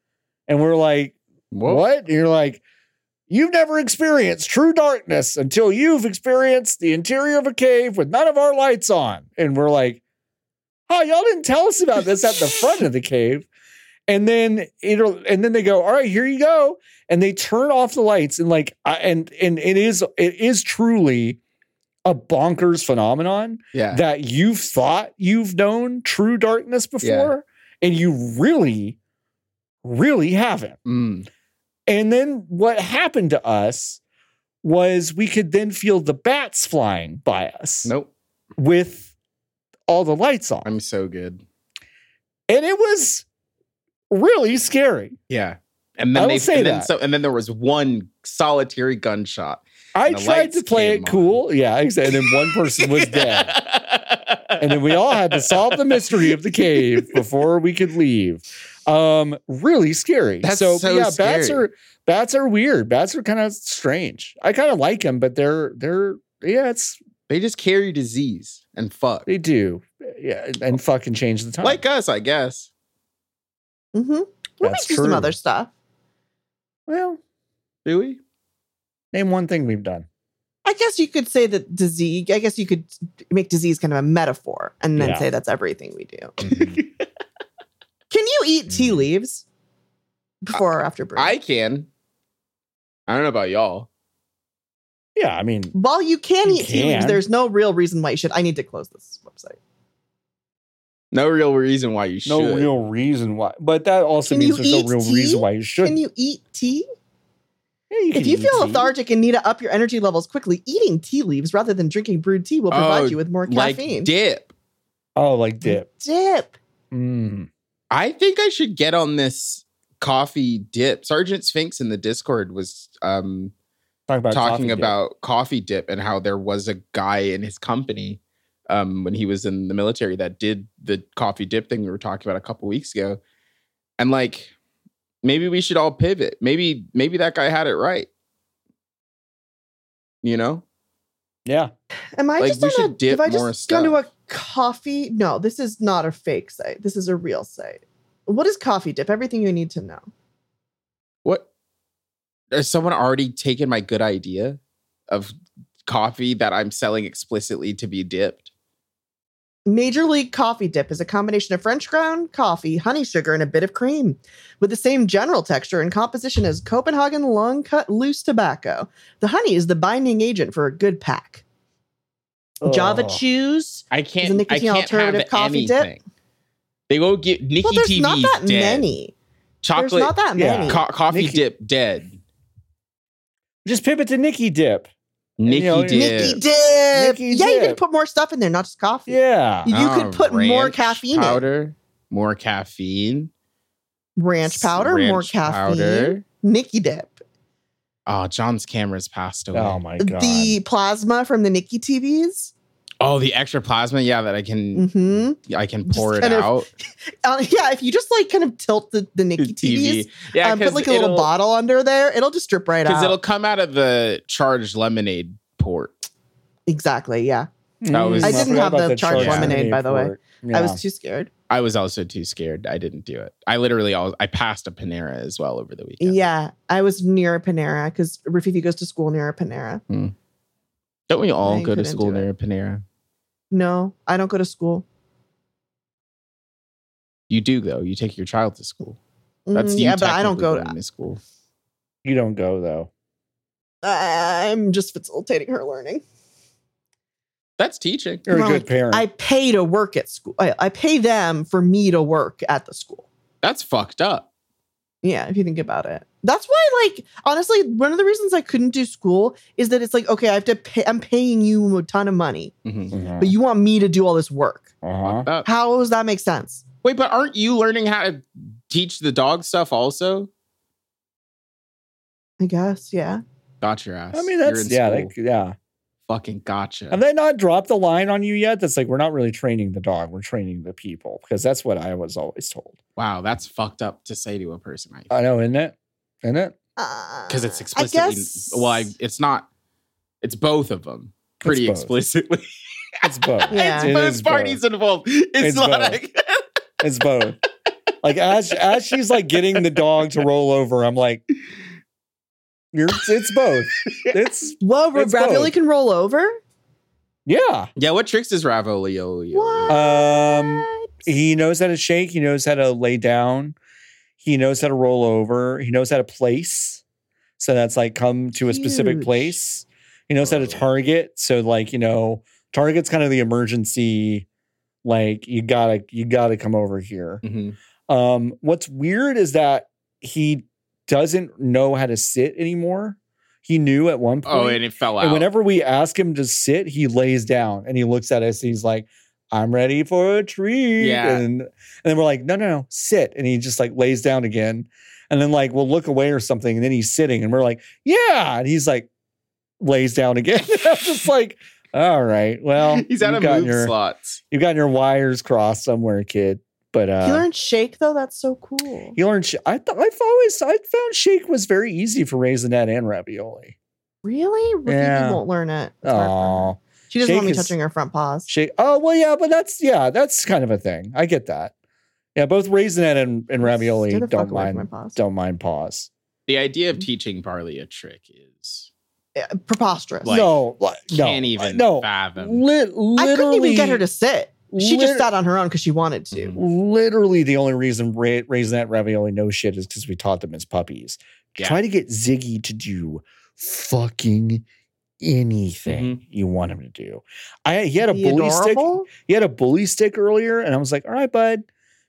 And we're like,
Whoa.
What? And you're like, You've never experienced true darkness until you've experienced the interior of a cave with none of our lights on. And we're like, Oh, y'all didn't tell us about this at the front of the cave. And then it'll, and then they go, all right, here you go. And they turn off the lights and like, I, and, and it is, it is truly a bonkers phenomenon
Yeah.
that you've thought you've known true darkness before and you really, really haven't.
Mm.
And then what happened to us was we could then feel the bats flying by us
Nope.
with all the lights on.
I'm so good.
And it was really scary.
Yeah. And then
I will
they
say
and then
that.
so and then there was one solitary gunshot.
I
And the
tried to
lights
play
came
it cool. Yeah, exactly. And then one person
[laughs]
was dead. And then we all had to solve the mystery of the cave
[laughs]
before we could leave. Um, really scary.
That's
so,
so
yeah, bats
scary.
are bats are weird. Bats are kind of strange. I kind of like them, but they're they're yeah, it's
They just carry disease and fuck.
They do. Yeah,
Oh.
and fucking change the time.
Like us, I guess.
Mm-hmm. We'll
That's
make you some
true.
other stuff.
well,
Do we?
name one thing we've
[laughs]
done.
I guess you could say that disease. I guess you could make disease kind of a metaphor, and then
Yeah.
say that's everything we do.
Mm-hmm.
Can you eat tea
Mm.
leaves before or after brewing?
I can. I don't know about y'all.
yeah, I mean,
While you can
You
eat tea leaves,
can.
there's no real reason why you should. I need to close this website.
No real reason why you should.
no real reason why. But that also
Can
means
you
there's no
eat
real
tea?
reason why you shouldn't.
Can you eat tea?
Yeah, you
If
can
you
eat
feel
tea.
lethargic and need to up your energy levels quickly, eating tea leaves rather than drinking brewed tea will provide
Oh,
you with more
like
caffeine.
dip.
oh, like dip.
Dip.
Mm.
I think I should get on this coffee dip. Sergeant Sphinx in the Discord was um,
Talk about coffee
talking
dip.
about coffee dip and how there was a guy in his company um, when he was in the military that did the coffee dip thing we were talking about a couple weeks ago. And like, maybe we should all pivot. Maybe maybe that guy had it right. You know,
yeah.
Am I
Like,
just
we
on a,
should dip
have I just
more
gone to
stuff.
a coffee? No, this is not a fake site. This is a real site. What is coffee dip? Everything you need to know.
what? Has someone already taken my good idea of coffee that I'm selling explicitly to be dipped?
Major League Coffee Dip is a combination of French ground coffee, honey sugar, and a bit of cream, with the same general texture and composition as Copenhagen long cut loose tobacco. The honey is the binding agent for a good pack. Java
Ugh.
chews.
I
Is a
can't. I
nicotine
can't
alternative
have
coffee
coffee
dip?
anything. They go get Nikki
Well, there's
TV's
not that
dead.
many.
Chocolate
There's not that
Yeah.
many.
co- coffee
Nikki-
dip dead.
Just pivot to Nikki dip.
Nikki
know,
dip.
Nikki dip.
Nikki
yeah, you
dip.
could put more stuff in there, not just coffee.
Yeah.
You could put more
Um, ranch
caffeine in.
powder, more caffeine,
Ranch powder, more
ranch
caffeine.
powder.
Nikki dip.
Oh, John's camera's passed away.
Oh
Oh,
my god.
The plasma from the Nikki TVs.
Oh, the extra plasma. Yeah, that I can.
hmm
I can
Just
pour it
kind of
out.
Uh, yeah, if you just like kind of tilt the,
[laughs]
the Nikki TVs,
Yeah,
um, put like a
it'll-
little bottle under there, it'll just drip right
Because it'll
out.
come out of the charged lemonade port.
Exactly. Yeah.
That was-
Mm.
I
forgot
didn't have
about
the charged
charged
lemonade,
by the way.
part.
I
Yeah.
was too scared.
I was also too scared. I didn't do it. I literally all I passed a Panera as well over the
Yeah.
weekend.
I was near a Panera because Rafifi goes to school near a Panera.
Don't we all
I
go to
couldn't
school
do it.
near a Panera?
No, I don't go to school.
You do though. You take your child to school.
Mm,
That's you
yeah, but I don't
technically
go.
going to school.
you don't go though.
I'm just facilitating her learning.
That's teaching.
You're a
Well,
good
like,
parent.
I pay to work at school. I, I pay them for me to work at the school.
That's fucked up.
Yeah, if you think about it. That's why, like, honestly, one of the reasons I couldn't do school is that it's like, okay, I have to pay, I'm paying you a ton of money,
Mhm.
but you want me to do all this work.
Mm-hmm. uh-huh.
Fucked up.
How does that make sense?
Wait, but aren't you learning how to teach the dog stuff also?
I guess, yeah.
Got your ass.
I mean,
You're
that's
in
yeah,
school.
that, yeah.
fucking gotcha.
Have they not dropped the line on you yet? That's like we're not really training the dog, we're training the people because that's what I was always told.
wow, that's fucked up to say to a person.
Uh,
I
I know, isn't it? Isn't it?
because
Because
it's explicitly well, I, it's not. It's both of them pretty
both.
explicitly.
It's both.
Yeah.
It
it's
is
both parties involved. It's,
It's
like [laughs]
It's both. like as as she's like getting the dog to roll over, I'm like, you're it's both. It's
Whoa,
It's
ravioli
both.
can roll over?
yeah.
yeah. What tricks is ravioli? Oh,
What?
Um, He knows how to shake. He knows how to lay down. He knows how to roll over. He knows how to place. So that's like come to a specific
Huge.
place. He knows how to
Oh.
target. So like you know, target's kind of the emergency. Like you gotta you gotta come over here.
Mhm.
Um, what's weird is that he doesn't know how to sit anymore. He knew at one point.
Oh, and it fell out.
And whenever we ask him to sit, he lays down and he looks at us and he's like, I'm ready for a treat.
Yeah.
And, and then we're like, no, no, no, sit. And he just like lays down again. And then like we'll look away or something. And then he's sitting and we're like, yeah. And he's like, lays down again. [laughs] I'm just like, all right.
[laughs]
Well,
[laughs] he's out
you've
of
gotten
move
your,
slots.
You've gotten your wires crossed somewhere, kid. But uh,
he learned shake though. That's so cool.
you learned. sh- I th- I've always I found shake was very easy for raisinette and ravioli.
Really? Rookie
Yeah.
won't learn it. It's hard for her.
Oh,
She doesn't want
Shake
me
is-
touching her front paws.
shake. Oh well, yeah, but that's yeah, that's kind of a thing. I get that. Yeah, both raisinette and, and ravioli
Stay the fuck
don't
away from
mind
my paws.
don't mind paws.
The idea of teaching Barley a trick is
Yeah, preposterous.
Like,
no, like, no,
can't even
no.
[laughs] fathom.
Li-
I couldn't even
literally- Mm-hmm.
get her to sit. She
lit-
just sat on her own because she wanted to.
Mhm.
Literally, the only reason ra- raisinette ravioli no shit is because we taught them as puppies.
Yeah.
Try to get Ziggy to do fucking anything
Mm-hmm.
you want him to do. I he had a
Be
bully stick.
adorable?
He had a bully stick earlier, and I was like, "All right, bud,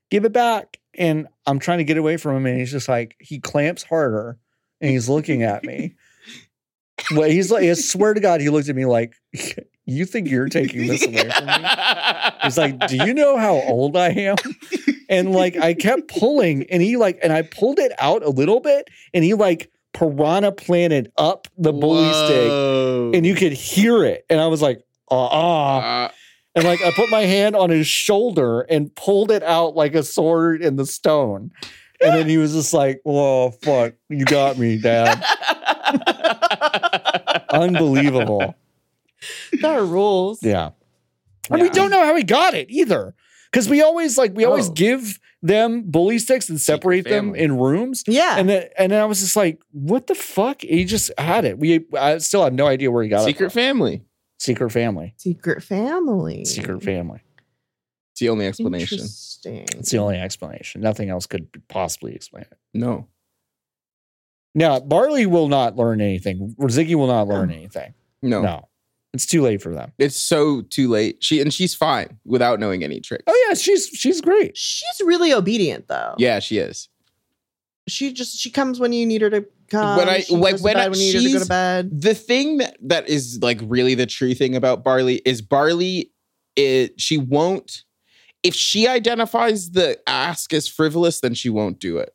give it back." And I'm trying to get away from him, and he's just like he clamps harder, and he's looking at me. Well, he's like, I swear to God, he looked at me like, "You think you're taking this away from me?"
[laughs]
He's like, "Do you know how old I am?" And like I kept pulling and he like and I pulled it out a little bit and he like piranha planted up the bully stick
Whoa.
and you could hear it and I was like, "Uh-uh."
Uh,
And like I put my hand on his shoulder and pulled it out like a sword in the stone. And then he was just like, "Whoa, fuck. You got me, dad." Unbelievable.
There are rules.
Yeah. And we
Yeah.
don't know how he got it either. Because we always like we always
Oh.
give them bully sticks and
Secret
separate them
family.
in rooms.
Yeah.
And then and then I was just like, what the fuck? He just had it. We I still have no idea where he [laughs] got
Secret
it. from.
family.
Secret family.
Secret family.
Mm.
Secret family.
It's the only explanation.
Interesting.
It's the only explanation. Nothing else could possibly explain it.
No.
Now Barley will not learn anything. Ziggy will not learn
No.
anything.
No.
No. It's too late for them.
It's so too late. She and she's fine without knowing any tricks.
Oh yeah, she's she's great.
She's really obedient though.
Yeah, she is.
She just she comes when you need her to come.
When I-
she
like,
goes to
when I-
bed when you need her to go
she's-
to bed.
The thing that, that is like really the true thing about Barley is Barley it she won't if she identifies the ask as frivolous, then she won't do it.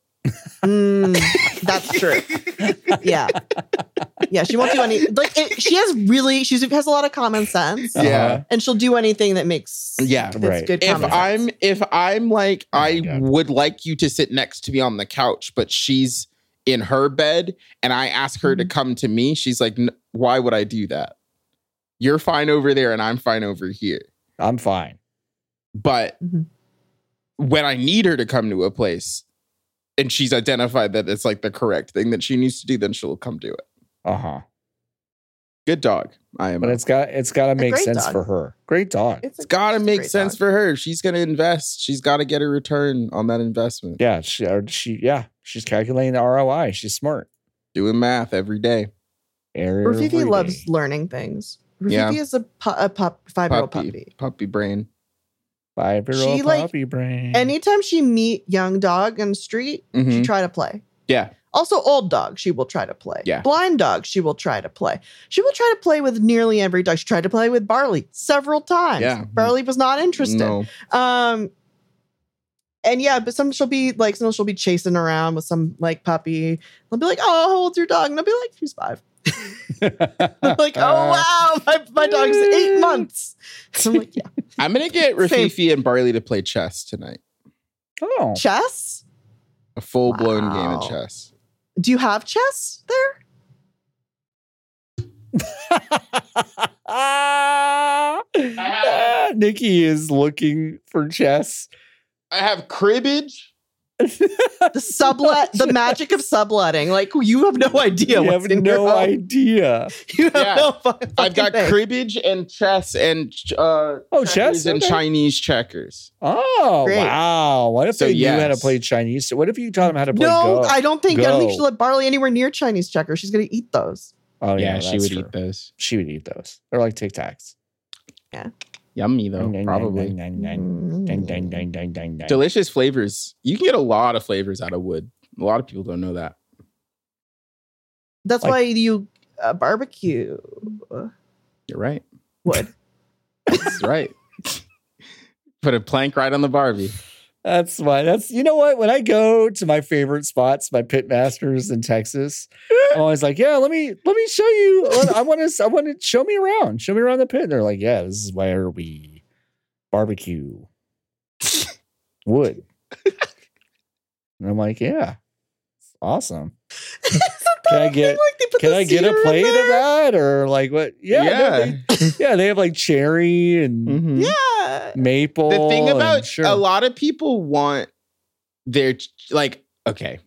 Mm, that's
[laughs]
true. Yeah. Yeah, she won't do any like it, she has really she's has a lot of common sense
Yeah.
Uh-huh.
and she'll do anything that makes
Yeah.
that's
Right.
good
If
common
I'm
sense.
if I'm like
Oh my
I
God.
would like you to sit next to me on the couch, but she's in her bed and I ask her to come to me, she's like, "N- "Why would I do that? You're fine over there and I'm fine over here."
Uh-huh. I'm fine.
But
Mhm.
when I need her to come to a place and she's identified that it's like the correct thing that she needs to do, then she'll come do it.
Uh-huh.
Good dog. I am.
But it's got it's gotta make
great
sense
dog.
for her. Great dog.
it's, a-
it's got to
it's a
make
great
sense
dog.
for her. She's going to invest. She's got to get a return on that investment.
Yeah, she, or she yeah, she's calculating the ROI. She's smart.
Doing math every day.
Every
Rafifi
day.
loves learning things. Rafifi
Yeah.
is a, pu- a pup, five-year-old
Puppy.
puppy.
Puppy brain.
five-year-old
she, like,
puppy brain.
Anytime she meet young dog in the street, she
Mhm.
try to play.
Yeah.
Also, old dog she will try to play.
Yeah.
Blind dog she will try to play. She will try to play with nearly every dog. She tried to play with Barley several times.
Yeah.
Barley was not interested.
No.
Um, and yeah, but some she'll be like, some she'll be chasing around with some like puppy. They'll be like, "Oh, how old's your dog?" And they'll be like, "She's five. like, oh wow, my, my dog's eight months. I'm like, yeah.
I'm gonna get
[laughs] Same.
Rafifi and Barley to play chess tonight.
[laughs] Oh, [laughs]
Chess?
A full blown game
Wow.
of chess.
Do you have chess there?
Ah, Nikki is looking for chess.
I have cribbage.
The sublet, the magic of subletting. Like you have no idea
you
what's
have
in your
no
home.
idea.
[laughs] You have
Yeah.
no fu- fucking
I've got
thing.
cribbage and chess and uh,
Oh,
checkers
chess.
and
Okay.
Chinese checkers.
Oh,
Great.
wow. What if
So,
they knew how to
yes.
play Chinese? What if you taught them how to play
No,
Go?
I don't think I don't think
Go.
she'll let barley anywhere near Chinese checker. She's gonna eat those.
oh,
yeah,
yeah,
she
that's
would
true.
eat those.
She would eat those. They're like Tic Tacs.
Yummy though,
Dang, dang,
probably.
dang, dang, dang, dang, dang, dang, dang, dang.
Delicious flavors. You can get a lot of flavors out of wood. A lot of people don't know that.
That's
Like-
why you uh, barbecue
You're right.
wood.
That's right. [laughs] Put a plank right on
[laughs]
the Barbie.
That's why. That's you know what. When I go to my favorite spots, my pit masters in Texas,
[laughs]
I'm always like, yeah, let me let me show you. I want to. I want to show me around. Show me around the pit. And they're like, yeah, this is where we
[laughs]
barbecue wood. and I'm like, yeah, it's awesome. [laughs] Can I
[laughs]
get-
like they put
Can
the
I get
cedar
a
in
plate of
there?
that or like what? Yeah, yeah, they, yeah, they have like cherry and
Mhm.
Yeah.
maple.
the thing
Oh, and-
about
sure.
a lot of people want their ch- like okay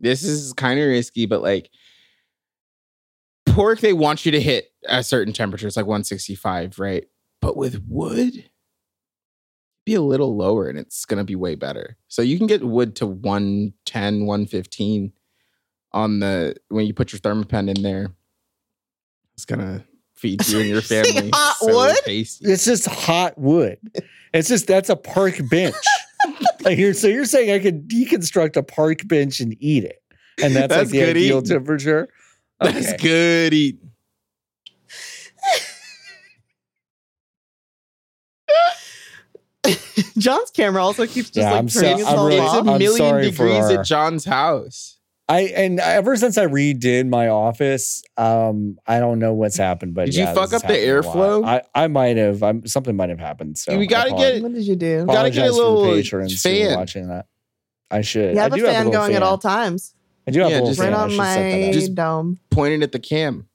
this is kind of risky but like pork they want you to hit a certain temperature it's like 165 right but with wood be a little lower and it's going to be way better so you can get wood to 110 115 on the when you put your thermopen in there it's going to feed you and your
Say
family
hot
so
wood?
tasty.
It's just hot wood. It's just that's a park
[laughs]
bench. like you're, so you're saying I could deconstruct a park bench and eat it, and that's, like
That's
the
good
ideal
eating.
temperature.
[laughs] that's good e, eating
John's camera also keeps just
Yeah,
like
I'm so-
turning his
I'm
whole
really-
off.
It's a
I'm
million
sorry for
degrees
our-
at John's house.
I and ever since I redid my office, um, I don't know what's happened, but
Did you
yeah,
fuck
this has
up the
happened a lot.
airflow?
I I might have. I'm something might have happened. So
We
I
gotta
apologize-
get-
[laughs] What did you do?
Got- gotta get a
apologize for the
little
patrons who are
fan.
watching that. I should.
You have
I
a
do
fan
have a little
going
fan.
at all times.
I do have
Yeah,
a little
just-
fan.
Right
I
on
should set that
my
up.
Just-
dome.
Pointed at the cam.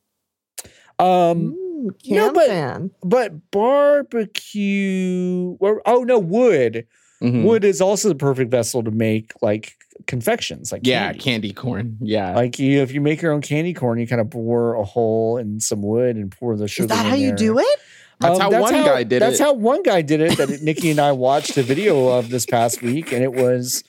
um,
Mm, can
no, but-
fan.
but barbecue. Or, oh no, wood.
Hmm.
Wood is also the perfect vessel to make like confections, like
Yeah,
candy.
candy corn. Yeah.
Like you, if you make your own candy corn, you kind of bore a hole in some wood and pour the sugar.
Is that
in
how you
there. Um,
do it?
That's how one guy did
That's
it.
how one guy did it. That Nikki and I watched a video of this past week, and it was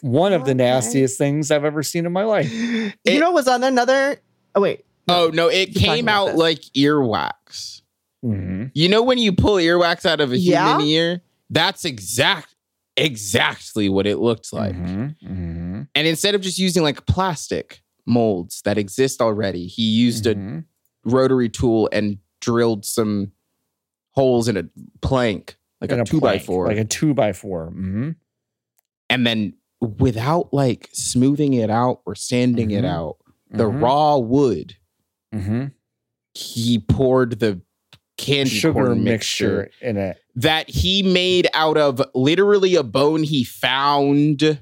one of the
Okay.
nastiest things I've ever seen in my life.
It-
you know, it was on another. Oh wait,
oh no, it
Keep talking
came
about
out
this.
like earwax.
Mhm.
You know when you pull earwax out of a
Yeah?
human ear? That's exact exactly what it looked like.
Mhm. Mhm.
And instead of just using like plastic molds that exist already, he used a
Mhm.
rotary tool and drilled some holes in a plank, like
And
a, two by
plank,
four.
like a two by 4 Mhm.
and then without like smoothing it out or sanding it
Mhm.
out, the
Mhm.
raw wood,
Mhm.
he poured the candy
sugar
corn
mixture,
mixture,
in it.
that he made out of literally a bone he found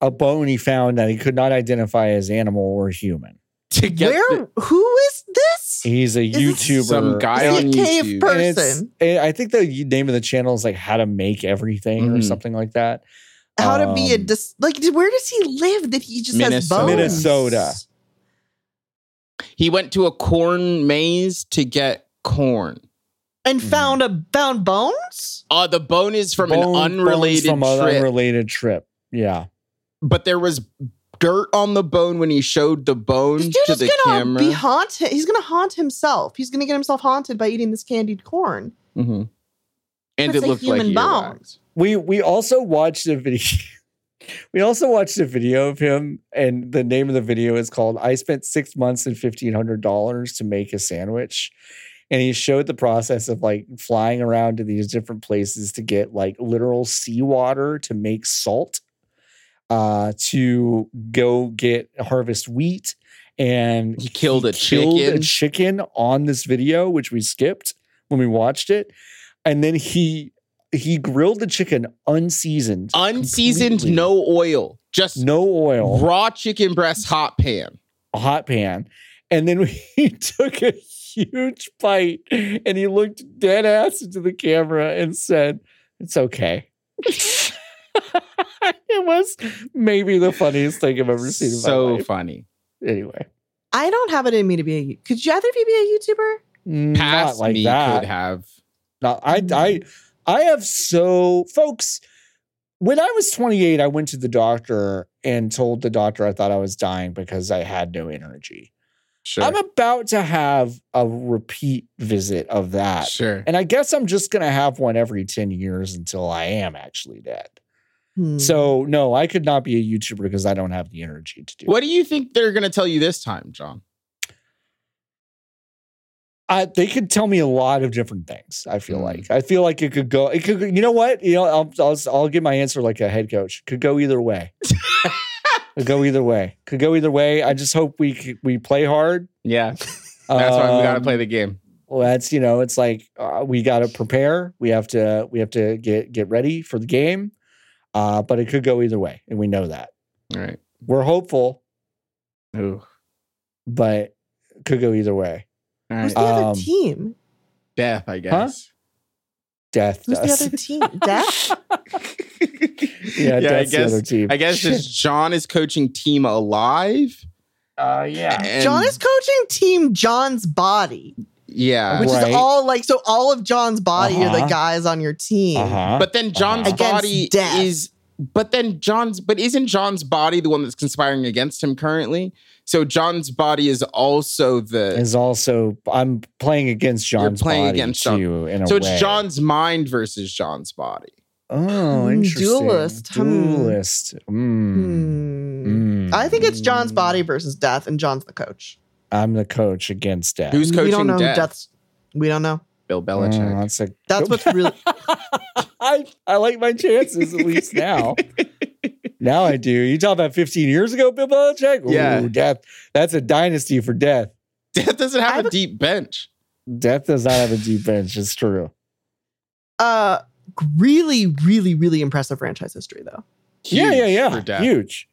A bone he found that he could not identify as animal or human.
to get
where?
the-
who is this?
He's a
this
YouTuber.
some guy
Is he
on
a cave
YouTube.
per-
And it's-
person.
and I think the name of the channel is like How to Make Everything or
Mhm.
something like that.
How to be a
Um,
dis- like? Where does he live that he just has
Minnesota.
bones?
Minnesota.
He went to a corn maze to get corn.
and
Mhm.
found a found bones.
Uh, the bone is from
Bone- bones
an unrelated
from an
trip,
unrelated trip. Yeah.
but there was dirt on the bone when he showed the bone
This dude
to
is
the
gonna
camera.
be haunted. He's gonna haunt himself. He's gonna get himself haunted by eating this candied corn.
Mhm. And
That's
it
a
looked like
human bone.
earwax.
We we also watched a video. [laughs] we also watched a video of him, and the name of the video is called I Spent Six Months and Fifteen Hundred Dollars to Make a Sandwich. And he showed the process of like flying around to these different places to get like literal seawater to make salt, uh, to go get harvest wheat and
He killed a
a
chicken.
chicken on this video, which we skipped when we watched it, and then he he grilled the chicken unseasoned,
Unseasoned,
completely.
no oil, just
no oil,
raw chicken breast hot pan.
a hot pan, and then [laughs] he took a huge bite and he looked dead ass into the camera and said, "It's okay." [laughs] it was maybe the funniest thing I've ever seen. In my
So
life.
funny.
anyway,
I don't have it in me to be a. Could you either of you be a YouTuber?
not
Past
like
me
that.
could have.
No, I I I have so folks. When I was 28, I went to the doctor and told the doctor I thought I was dying because I had no energy.
Sure.
I'm about to have a repeat visit of that.
sure.
And I guess I'm just going to have one every 10 years until I am actually dead.
Hmm.
So, no, I could not be a YouTuber because I don't have the energy to do it.
What do you think they're going to tell you this time, John?
I, they could tell me a lot of different things. I feel
Mm.
like I feel like it could go. It could. You know what? You know, I'll I'll, I'll give my answer like a head coach. Could go either
[laughs]
way. could go either way. Could go either way. I just hope we c- we play hard.
Yeah, that's why we got to
Um,
play the game.
Well, that's you know, it's like uh, we got to prepare. We have to we have to get get ready for the game. Uh, but it could go either way, and we know that.
All right.
We're hopeful,
Um, Ooh.
but could go either way.
All
Who's
right.
the
Um,
other team?
Death, I guess.
Death.
Who's
does.
the other team? Death?
[laughs]
[laughs]
yeah,
I
death's the
guess.
other team.
I guess it's John is coaching team alive.
Uh, yeah.
and-
John is coaching team John's body,
yeah.
which
Right.
is all like so. All of John's body are
Uh-huh.
the guys on your team.
Uh-huh.
But then John's
Uh-huh.
Against
body
death.
is. But then John's. But isn't John's body the one that's conspiring against him currently? So John's body is also the.
is also I'm playing against
You're
John's
playing
body
against John.
too. In a
so it's
way.
John's mind versus John's body.
Oh,
Mm,
interesting.
duelist, hmm.
Duelist. Mm.
Hmm.
Mm.
I think it's John's body versus Death, and John's the coach.
I'm the coach against death.
Who's coaching
we don't know
death?
who Death's. We don't know.
Bill
Oh,
Belichick.
that's
[laughs]
a-
That's what's
[laughs]
really.
I, I like my chances at least
[laughs]
now. now I do. You talk about 15 years ago, Bill Belichick. Ooh,
Yeah.
death. That's a dynasty for death.
[laughs] Death doesn't
I
have
have
a
a-
deep bench.
Death does not have a deep bench. It's true.
Uh, really, really, really impressive franchise history, though.
yeah, yeah,
Huge
yeah.
for Death.
Huge,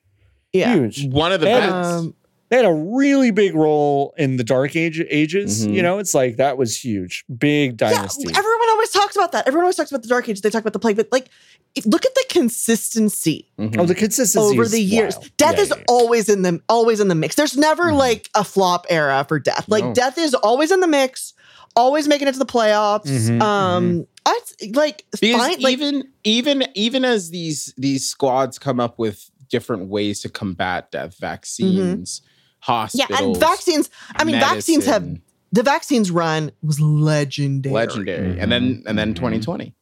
Yeah.
huge.
One of the
And-
best.
Um,
they had a really big role in the dark age ages
Mhm.
you know it's like that was huge big
yeah,
dynasty
everyone always talks about that. Everyone always talks about the Dark Ages. They talk about the plague, but like, if- look at the consistency.
Mm-hmm.
oh the consistency
over
is
the years.
wild.
Death
Yeah,
is
yeah, yeah.
always in the always in the mix. There's never
Mhm.
like a flop era for death. Like
No.
death is always in the mix, always making it to the playoffs.
Mhm,
um, I like
because
fine, like
even even even as these these squads come up with different ways to combat death, vaccines,
Mm-hmm. yeah,
hospitals,
and vaccines. I mean, vaccines have-
medicine,
The vaccines run was legendary.
legendary, and then and then
Mhm.
2020.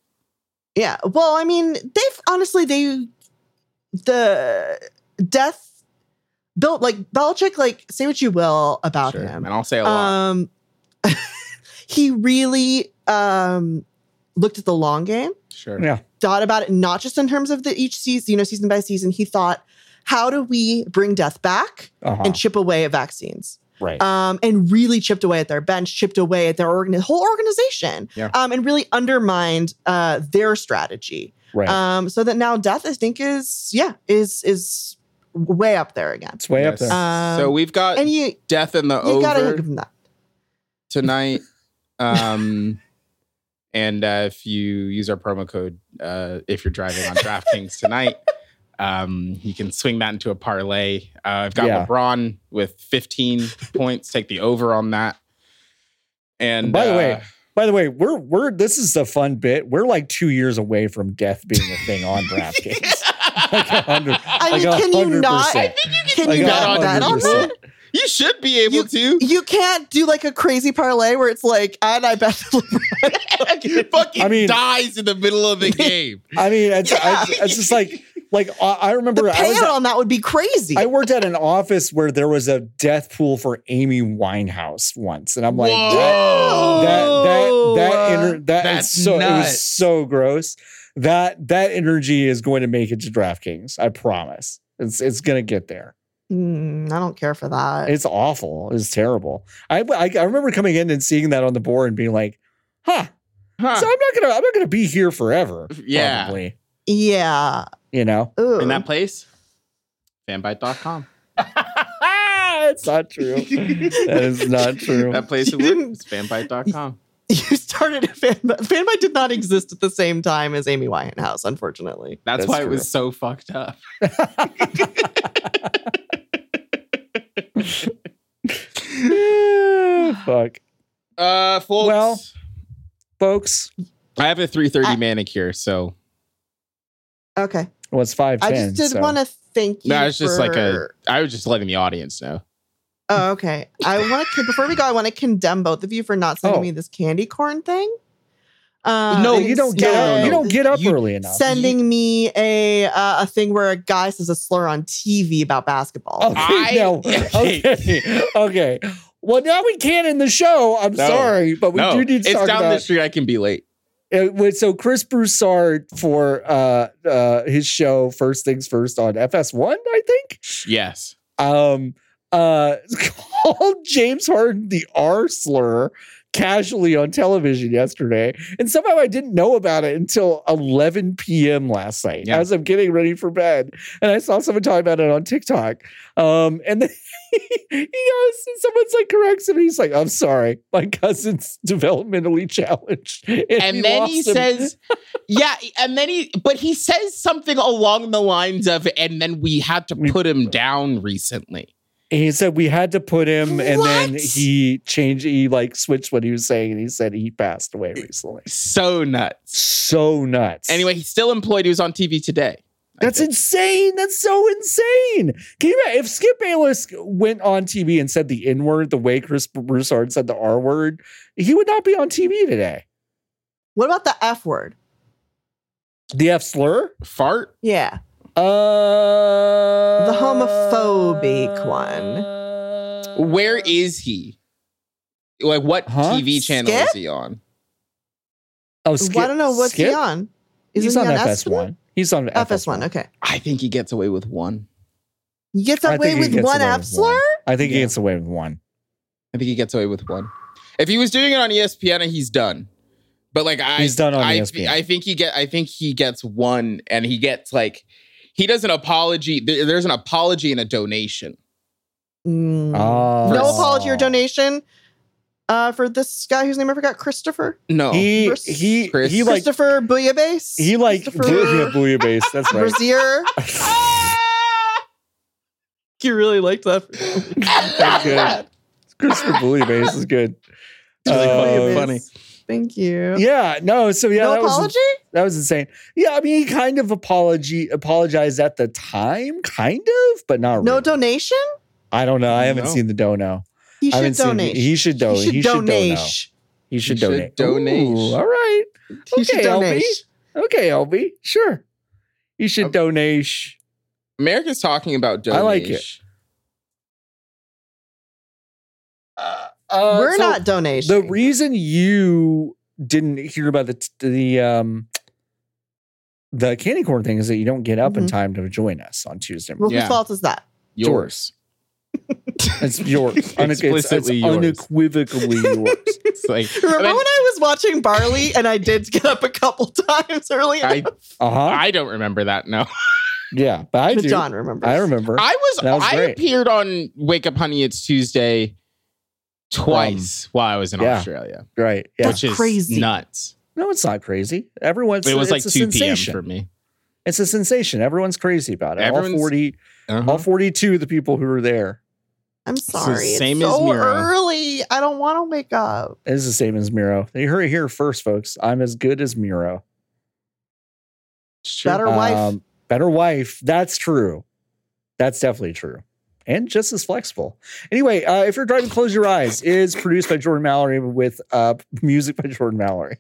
Yeah. Well, I mean, they've honestly they the death built like Belichick. Like say what you will about
Sure.
him.
And I'll say a lot.
Um, [laughs] he really um looked at the long game.
Sure.
Yeah.
thought about it not just in terms of the each season, you know, season by season. He thought, how do we bring death back
Uh-huh.
and chip away at vaccines?
right
Um, and really chipped away at their bench, chipped away at their organi- whole organization,
Yeah.
um, and really undermined uh, their strategy.
right
Um, so that now death, I think, is yeah, is is way up there again.
it's way up
Yes.
there
Um,
so we've got
And you you
death in the over
gotta [laughs] give him that.
tonight. Um, and uh, if you use our promo code, uh, if you're driving on DraftKings tonight, um, you can swing that into a parlay. Uh, I've got
Yeah.
LeBron with 15 [laughs] points. Take the over on that. And
By the way,
uh, [laughs]
by the way we're we're this is a fun bit we're like two years away from death being a thing
[laughs]
on [laughs] draftkings like a hundred
I mean,
like a
can you
hundred
not?
percent.
Can
Like
you
a
not bet on
hundred
that?
percent.
you should be able to.
You can't do like a crazy parlay where it's like, and I
[laughs]
bet [laughs]
fucking
I mean-
dies in the middle
[laughs]
of the game.
i mean it's, I, it's just like like i, I
the
remember i was
payout on that would be crazy.
I worked at an office where there was a death pool for Amy Winehouse once, and I'm like, that
Whoa.
that that that
Oh,
inter- that
that's
is so it
nuts.
was so gross. That that energy is going to make it to DraftKings. I promise. It's it's gonna get there.
Mm, I don't care for that.
It's awful. It's terrible. I, I I remember coming in and seeing that on the board and being like, huh. So I'm not gonna I'm not gonna be here forever.
Yeah.
Probably.
yeah.
You
[laughs]
know?
Ooh.
In that
[laughs]
place, fanbite.com.
it's not
[laughs]
true. that is not true. [laughs]
That place
You
it
didn't-
works, fanbite.com.
you started a fan fanbite did not exist at the same time as Amy Winehouse, unfortunately.
That's,
That's
why
true.
it was so fucked
[laughs]
up.
Fuck.
[laughs] Uh, folks,
Well- Folks,
I have a 3:30
I-
manicure, so
Okay,
well, it's five
I
ten.
just did
so.
want to thank you.
no, it's just like a.
for-
I was just letting the audience know.
Oh, okay. I want to before we go. I want to condemn both of you for not sending
Oh.
me this candy corn thing. Uh,
No,
Oh,
and
you don't get
instead
up. You don't get up
You-
early enough.
Sending me a uh, a thing where a guy says a slur on TV about basketball.
Okay,
I-
Oh, [laughs] no. Okay. [laughs] okay. Well, now we can in the show. I'm
No.
sorry, but we
no,
do need to
it's
talk
down
about
the street. I can be late.
It was, so Chris Broussard for uh, uh, his show First Things First on FS1, I think,
Yes,
um, uh, [laughs] called James Harden the R slur casually on television yesterday, and somehow I didn't know about it until 11 p.m. last night
Yeah.
as I'm getting ready for bed, and I saw someone talking about it on TikTok, um, and [laughs] then. He goes, and someone's like corrects him. And he's like, "I'm sorry, my cousin's [laughs] developmentally challenged." [laughs] And,
and then he
lost him.
says, "Yeah," and then he, but he says something along the lines of, "And then we had to
We-
put him down recently."
He said we had to put him, and then
What?
he changed. He like switched what he was saying, and he said he passed away recently.
So nuts.
So nuts.
Anyway, he's still employed. He was on TV today. I
that's
think.
insane. That's so insane. Can you imagine if Skip Bayless went on TV and said the N word the way Chris Broussard said the R word? He would not be on TV today.
What about the F word?
The F slur,
Fart.
Yeah.
uh, the
homophobic one.
Uh,
Where is he? Like, what
Huh?
TV channel
Skip?
is he on?
Oh, Skip,
Well, I don't know what's
Skip?
he on. Isn't
He's
he
on
Estimate?
FS1. He's on
FS1. Okay.
I think he gets away with one.
He gets
I
away
think he
with
gets
one
away
F
with
slur.
one. I think he
Yeah.
gets away with one.
I think he gets away with one. If he was doing it on E ESPN, he's done. But like, I
He's done on E
I,
ESPN.
I think he get. I think he gets one, and he gets like he does an apology. There- There's an apology and a donation.
Mm.
Oh.
No apology or donation uh, for this guy whose name I forgot, Christopher.
No,
he
Chris-
he
Chris.
he like
Christopher Bouillabaisse.
he like yeah,
Christopher
booyah base. That's
[laughs]
right. [laughs]
Brazier. you really liked
[laughs]
that.
That's [laughs] good. Christopher booyah base is good.
It's really
Uh,
fucking funny.
Thank you.
Yeah, no. So yeah,
no
that was
apology?
that was insane. Yeah, I mean, he kind of apology apologized at the time, kind of, but not.
No
really.
donation?
I don't know. I haven't
No.
seen the dono.
He
I haven't
should
seen-
donate.
he should do- he should
donate.
dono. He should
He should
donate.
donate.
Ooh, all right.
He should
Okay,
donate.
Okay, LB. Sure. You should
Okay.
donate.
America's talking about donation.
I like it. Uh, uh,
We're
so-
not donation.
The reason you didn't hear about the t- the um the candy corn thing is that you don't get up in
Mm-hmm.
Mhm.
time to join us on Tuesday.
well,
Yeah.
whose fault
[laughs]
is that?
Yours. [laughs]
It's yours. Unequ- it's-
Explicitly
it's
yours.
unequivocally
[laughs]
yours.
It's like
[laughs]
Remember
I mean,
when I was watching Barley and I did get up a couple [laughs] times early?
I,
Uh huh.
I don't remember that. No,
Yeah, but I
But
do.
John remembers.
I remember.
I was,
That was
I
great.
appeared on Wake Up Honey It's Tuesday twice while I was in
Um, yeah.
Australia,
right. Yeah.
which is
crazy.
nuts.
No, it's not crazy. Everyone's.
it was like
it's a
2 p.m.
sensation.
for me.
It's a sensation. Everyone's crazy about it. all
Everyone's- Uh-huh.
forty, all forty-two of the people who were there
I'm
the
sorry. It's
same as
so
Miro.
early. I don't want to wake up.
is the same as Miro. They heard it here first, folks. I'm as good as Miro.
It's true.
Better- Better wife.
Um, better wife. That's true. That's definitely true. And just as flexible. Anyway, uh, if you're driving, close your eyes. is produced by Jordan Mallory with uh, music by Jordan Mallory.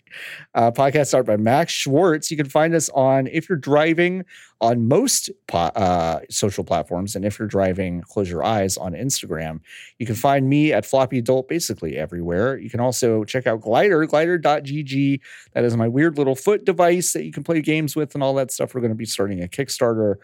Uh, podcast art by Max Schwartz. You can find us on if you're driving on most po- uh, social platforms, and if you're driving, close your eyes on Instagram. You can find me at Floppy Adult basically everywhere. You can also check out Glider, glider.gg. That is my weird little foot device that you can play games with and all that stuff. We're going to be starting a Kickstarter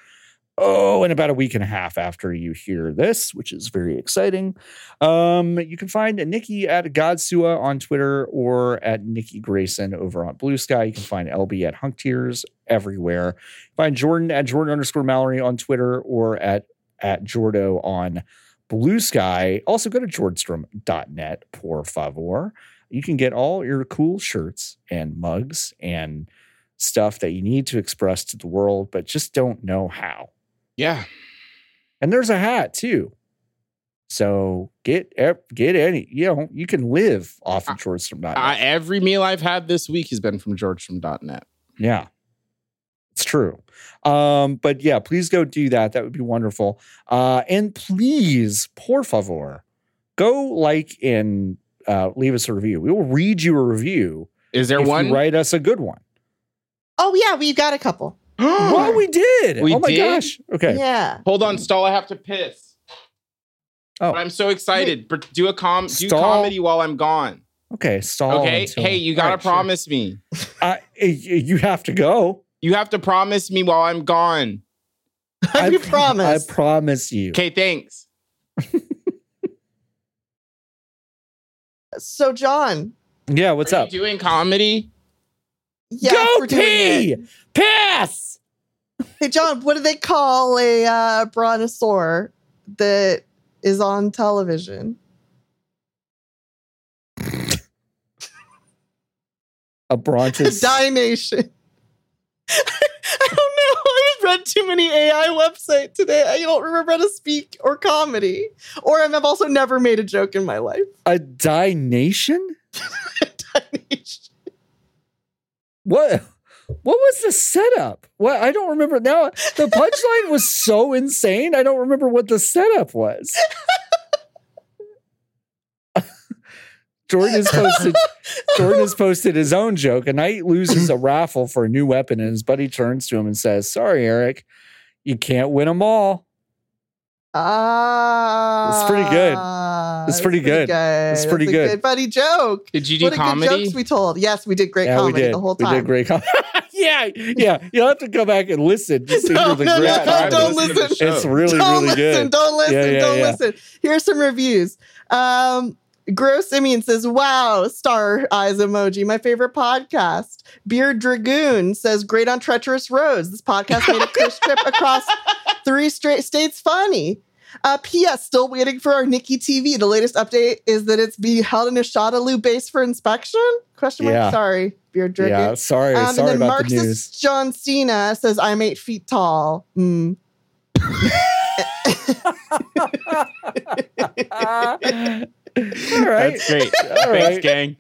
oh, in about a week and a half after you hear this, which is very exciting. Um, you can find Nikki at Godsua on Twitter or at Nikki Grayson over on Blue Sky. You can find LB at Hunk Tears everywhere. Find Jordan at Jordan underscore Mallory on Twitter or at at Jordo on Blue Sky. Also go to Jordstrom.net, por favor. You can get all your cool shirts and mugs and stuff that you need to express to the world, but just don't know how.
Yeah.
And there's a hat too. So get ev- get any, you know, you can live off of Jordstrom.net.
I, every meal I've had this week has been from georgefrom.net.
Yeah. It's true. Um, but yeah, please go do that. That would be wonderful. Uh, and please, por favor, go like and uh, leave us a review. We will read you a review
Is there
if
one? [gasps]
you write us a good one.
Oh yeah, we've got a couple.
well, we did.
Hmm. We
oh my
did?
gosh. Okay.
Yeah.
Hold on, stall. I have to piss.
Oh.
But I'm so excited. But Do a com do
Stall? Oh,
comedy while I'm gone.
Okay. Stall.
Okay.
until-
hey, you gotta
All right, sure.
promise me.
I, y- you have to
[laughs]
go.
You have to promise me while I'm gone.
[laughs] I,
pro-
promise.
I promise you.
Okay, thanks.
so John,
Yeah. What's
Are
up?
You doing comedy?
yeah,
go
we're doing
pee.
it.
Pass.
Hey John, what do they call a uh, brontosaur that is on television? [laughs]
A
[laughs]
Brontus.
Dination. I don't know. I have read too many AI website today. I don't remember how to speak or comedy. Or I've also never made a joke in my life. [laughs]
a dination?
Dination.
What? What was the setup? What I don't remember now. The punchline was so insane. I don't remember what the setup
[laughs]
was. [laughs] Jordan has posted. Jordan has posted his own joke. A knight loses a raffle for a new weapon, and his buddy turns to him and says, "Sorry, Eric, you can't win them all."
[laughs] Ah,
It's pretty good.
It's
pretty good.
It's
pretty good.
Funny joke.
Did you do
What a good
comedy?
jokes we told. Yes, we did great comedy the whole time.
We did great comedy. [laughs] yeah, yeah. You'll have to go back and listen just to
No,
hear the
no,
great
no,
comedy.
don't
Listen to the
It's
show.
really,
don't
really
listen,
good.
don't listen,
Yeah, yeah,
don't
yeah.
listen. Here's some reviews. Um, Gross Simeon says, wow, star eyes emoji, my favorite podcast. Beard Dragoon says, great on treacherous roads. This podcast
[laughs]
made a cursed trip across three straight states funny. Uh, P.S. Still waiting for our Nikki TV. The latest update is that it's being held in a Shadaloo base for inspection? Question mark.
Yeah.
Sorry, Beard Dragoon.
Yeah, sorry,
Um,
sorry
and then
about the
Marxist
news.
John Cena says, I'm eight feet tall.
[laughs]
Mm.
[laughs]
[laughs]
All right.
That's great.
All
Thanks,
right.
gang.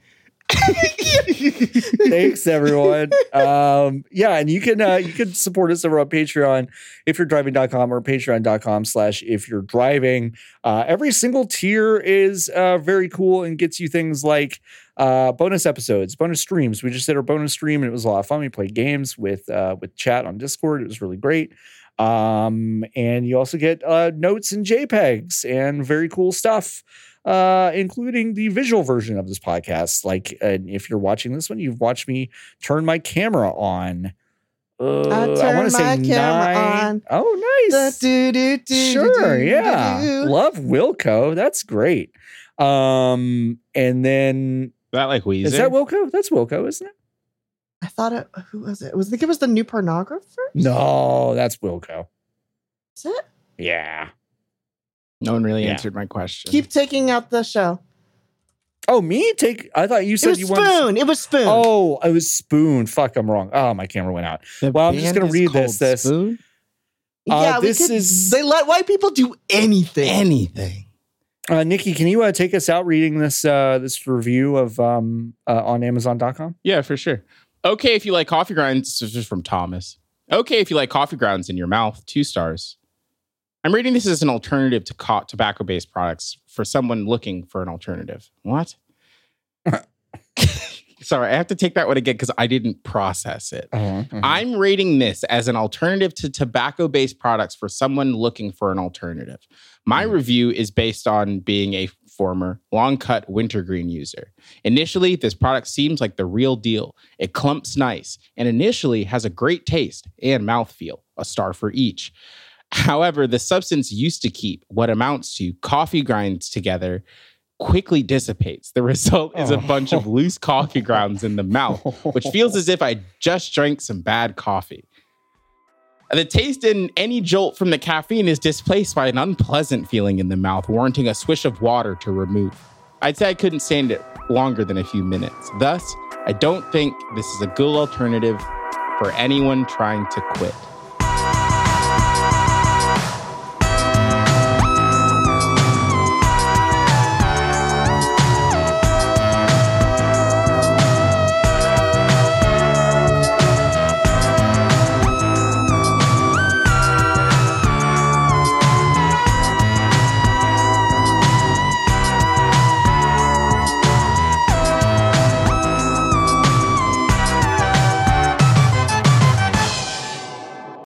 Thanks everyone. Um, yeah, and you can uh, you can support us over on Patreon if you're driving.com or patreon.com slash if you're driving. Uh, every single tier is uh, very cool and gets you things like uh, bonus episodes, bonus streams. We just did our bonus stream and it was a lot of fun. We played games with uh, with chat on Discord. It was really great. Um, and you also get uh, notes and JPEGs and very cool stuff uh, including the visual version of this podcast. Like, uh, if you're watching this one, you've watched me turn my camera on. Uh, I, want
turn
to say
my camera
nine.
on.
Oh,
Da-
nice.
do- do- do-
Sure,
do- do-
yeah.
do- do.
Love Wilco. That's great. Um, and then
Is that like Weezer?
is that Wilco? That's Wilco, isn't it?
I thought it, who was it? It Was I think it was the new pornographer?
No, that's Wilco.
Is it?
Yeah.
no one really
Yeah.
answered my question.
Keep taking out the show.
Oh, me take. I thought you
it
said
was
you
spoon.
wanted.
It was spoon.
Oh, I was spoon. Fuck, I'm wrong. Oh, my camera went out.
The
well, I'm just
band
gonna
is
read
called
this- this.
Spoon?
uh,
yeah, we
this
could-
is-
they let white people do anything.
Anything.
Uh, Nikki, can you uh, take us out reading this uh, this review of um, uh, on Amazon.com?
Yeah, for sure. Okay, if you like coffee grounds, this is from Thomas. Okay, if you like coffee grounds in your mouth, two stars. I'm reading this as an alternative to co- tobacco based products for someone looking for an alternative. [laughs] What? Sorry, I have to take that one again because I didn't process it.
Uh-huh,
I'm rating this as an alternative to tobacco based products for someone looking for an alternative. My review is based on being a former long cut wintergreen user. Initially, this product seems like the real deal. It clumps nice and initially has a great taste and mouthfeel, a star for each. However, the substance used to keep what amounts to coffee grinds together quickly dissipates. The [laughs] result is a bunch of loose coffee grounds in the mouth, which feels as if I just drank some bad coffee. The taste in any jolt from the caffeine is displaced by an unpleasant feeling in the mouth, warranting a swish of water to remove. I'd say I couldn't stand it longer than a few minutes. Thus, I don't think this is a good alternative for anyone trying to quit.